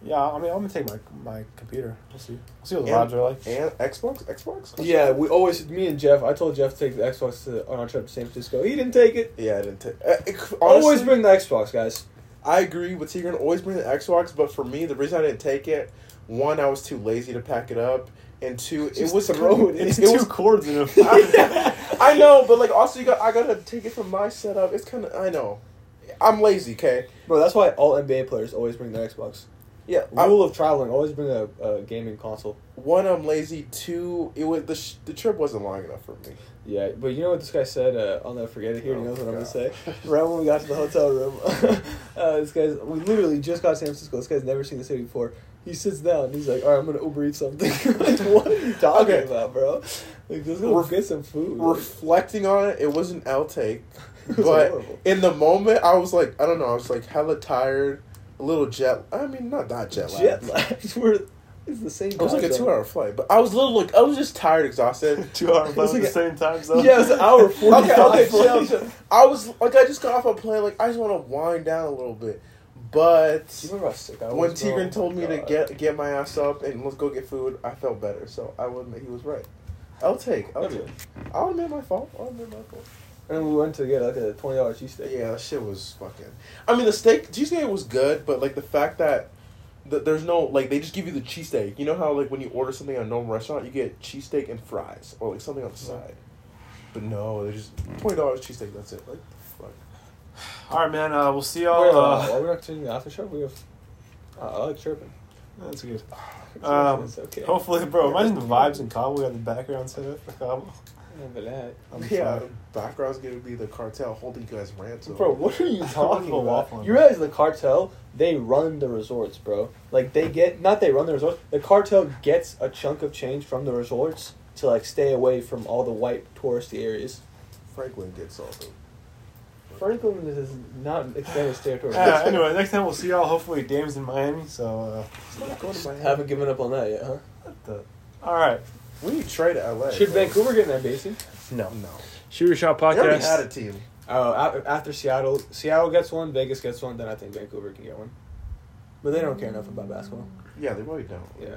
A: Yeah, I mean, I'm gonna take my my computer. We'll see. We'll see what the
C: And-
A: vibes are like.
C: And Xbox, Xbox.
B: Yeah, we always me and Jeff. I told Jeff to take the Xbox to, on our trip to San Francisco. He didn't take it.
C: Yeah, I didn't take. Uh, it- honestly,
B: always bring the Xbox, guys.
C: I agree with Tigran. Always bring the Xbox, but for me, the reason I didn't take it, one, I was too lazy to pack it up, and two, it
B: Just
C: was
B: throw it in.
A: It's
C: It
A: two
C: was,
A: chords in a.
C: I know, but like also you got I gotta take it from my setup. It's kind of I know, I'm lazy. Okay,
B: Bro, that's why all NBA players always bring their Xbox.
C: yeah. I,
B: Rule of traveling: always bring a, a gaming console.
C: one, I'm lazy. Two, it was the sh- the trip wasn't long enough for me.
B: Yeah, but you know what this guy said? Uh, I'll never forget it. Here, he knows what I'm gonna
C: God.
B: say. Right when we got to the hotel room, uh, this guy's we literally just got to San Francisco. This guy's never seen the city before. He sits down. and He's like, "All right, I'm gonna Uber eat something." like, what are you talking
C: Okay.
B: about, bro? Like, just go
C: Ref-
B: get some food.
C: Reflecting on it, it was an L take.
B: It was
C: but
B: horrible.
C: in the moment, I was like, I don't know, I was like hella tired, a little jet. I mean, not that jet lag.
B: jet lagged. We're it's the same.
C: It was like
B: time
C: a
B: zone.
C: two hour flight, but I was a little like I was just tired, exhausted.
A: two hours
B: was
A: at
B: like
A: the
B: a-
A: same time zone.
B: Yeah, it was an hour forty
C: okay,
B: five.
C: okay, chill, chill. I was like I just got off a plane, like I just want to wind down a little bit. But
B: You remember how sick I was?
C: when
B: bro? Oh
C: Tigran told me to
B: God.
C: get get my ass up and let's go get food, I felt better. So I would admit he was right. I'll take. I'll
B: Okay.
C: take. I'll admit my fault. I'll admit my fault.
B: And then we went to get like a twenty dollar cheesesteak.
C: Yeah, that shit was fucking. I mean, the steak cheesesteak was good, but like the fact that th- there's no like they just give you the cheesesteak. You know how like when you order something at a normal restaurant, you get cheesesteak and fries or like something on the side. But no, they just twenty dollars cheesesteak. That's it. Like the fuck.
A: All right, man. Uh, we'll see
B: Wait,
A: y'all.
B: uh,
A: Uh,
B: are we not continuing the after show? We have. Uh, I like chirping.
A: that's good. Um,
B: It's okay.
A: Hopefully, bro. Imagine the vibes in Cabo. We got the background set up for Cabo.
B: Remember that.
A: I'm
C: yeah,
A: sorry.
C: background's gonna be the cartel holding you guys ransom.
B: Bro, what are you
A: I'm
B: talking
A: gonna waffle
B: about?
A: on
B: You
A: that.
B: realize the cartel, they run the resorts, bro. Like, they get, not they run the resorts, the cartel gets a chunk of change from the resorts to, like, stay away from all the white touristy areas.
C: Franklin gets all the.
B: Franklin is not expanding its territory.
A: Uh, anyway, next time we'll see y'all. Hopefully, Dame's in Miami. So,
C: It's not going to Miami.
B: Haven't given up on that yet, huh?
A: uh, the, all right.
C: We need to trade to LA.
B: Should
C: bro.
B: Vancouver get in that basin?
A: No.
C: No,
A: Shooter Shot
C: they already
A: Podcast.
C: had a team.
B: Uh, a- after Seattle, Seattle gets one, Vegas gets one, then I think Vancouver can get one. But they don't care enough about basketball.
C: Yeah, they really don't.
B: Yeah.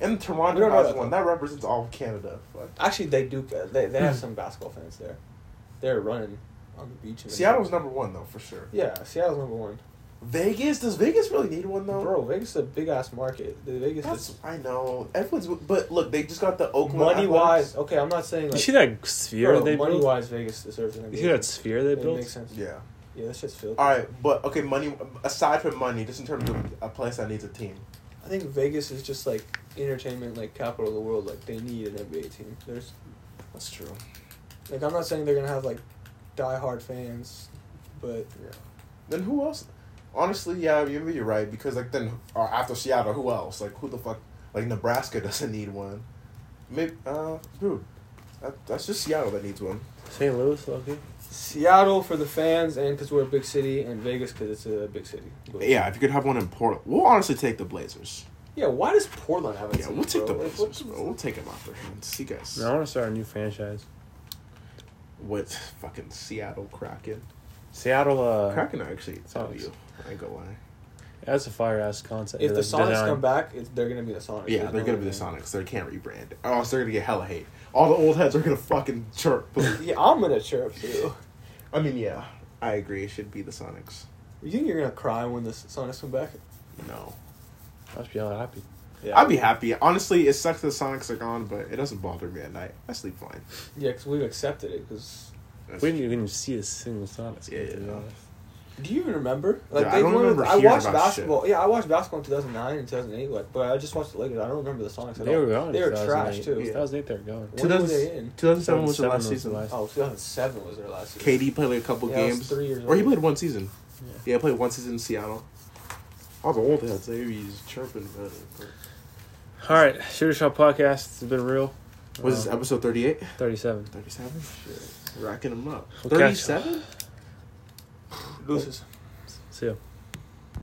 C: And
B: We
C: Toronto
B: don't know
C: has
B: that,
C: one.
B: though.
C: That represents all of Canada. Fuck.
B: Actually, they do. ca- They they
C: Hmm.
B: have some basketball fans there. They're running on the beach. in the-
C: Seattle's number one though for sure.
B: Yeah, Seattle's number one.
C: Vegas? Does Vegas really need one though?
B: Bro, Vegas is a big ass market. The Vegas
C: That's
B: is
C: I know. Everyone's but look, they just got the Oakland.
B: money wise.
C: Athletics.
B: Okay, I'm not saying
E: You
B: like
E: see that sphere
B: bro,
E: they
B: money
E: built?
B: wise Vegas deserves an NBA.
E: You see that sphere they
B: It
E: built?
B: makes sense.
C: Yeah.
B: Yeah, that shit's filthy.
C: All right, but okay, money aside from money, just in terms of a place that needs a team.
B: I think Vegas is just like entertainment, like capital of the world. Like they need an NBA team. There's
C: That's true.
B: like I'm not saying they're gonna have like diehard fans, but
C: Then who else? Honestly, yeah, maybe you're right because like then or after Seattle, who else? Like who the fuck? Like Nebraska doesn't need one. Maybe uh, dude, that, that's just Seattle that needs one.
E: St. Louis, lucky.
B: Seattle for the fans and because we're a big city, and Vegas because it's a big city. But-
C: Yeah, if you could have one in Portland, we'll honestly take the Blazers.
B: Yeah, why does Portland have a
C: Yeah,
B: team,
C: we'll take the
B: bro? Like,
C: Blazers.
B: what-
C: Bro. We'll take them off their hands. You guys,
E: No, I want to start a new franchise.
C: what fucking Seattle Kraken?
E: Seattle, uh,
C: Kraken are actually
E: Sounds-
C: W. I ain't gonna lie.
E: that's a fire ass concept.
B: If the
E: Like,
B: Sonics
E: design.
B: come back, it's, they're gonna be the Sonics.
C: Yeah,
B: There's
C: they're
B: no
C: gonna
B: way,
C: be the
B: man.
C: Sonics. They can't rebrand. Or else they're gonna get hella hate. All the old heads are gonna fucking chirp.
B: Yeah, I'm gonna chirp too.
C: I mean, yeah, I agree. It should be the Sonics.
B: You think you're gonna cry when the Sonics come back?
C: No.
E: I must be all happy.
B: Yeah,
C: I'd be happy. Honestly, it sucks the Sonics are gone, but it doesn't bother me at night. I sleep fine.
B: yeah, because we've accepted it. Because
C: That's-
E: We didn't even see a single Sonics.
C: Yeah,
E: game, to
C: yeah.
E: be honest.
B: do you even remember? Like
C: Yeah, I
B: they
C: don't
B: won-
C: remember
B: I
C: hearing
B: watched
C: about shit.
B: basketball. Yeah, I watched basketball in 2009 and 2008. Like, but I just watched the Lakers. I don't remember the Sonics at
E: They
B: all.
E: were gone.
B: They were trash too.
C: Yeah.
E: That was eight. They were gone.
B: When were they in?
C: 2007 was the last season.
B: Oh, 2007 was their last year.
C: KD played like a couple
B: Yeah, I was
C: games.
B: three years
C: or he
B: old.
C: played one season.
E: Yeah.
C: Yeah, he played one season in Seattle. All the old heads, they be chirping. About it, but-
E: All right, Shooter Shot podcast. It's been real.
C: Was this
B: um,
E: Uh,
C: episode 38?
E: thirty-seven?
C: 37? Shit. Racking them up.
E: We'll catch
C: 37?
B: Deuces.
E: See ya.
C: Deuces.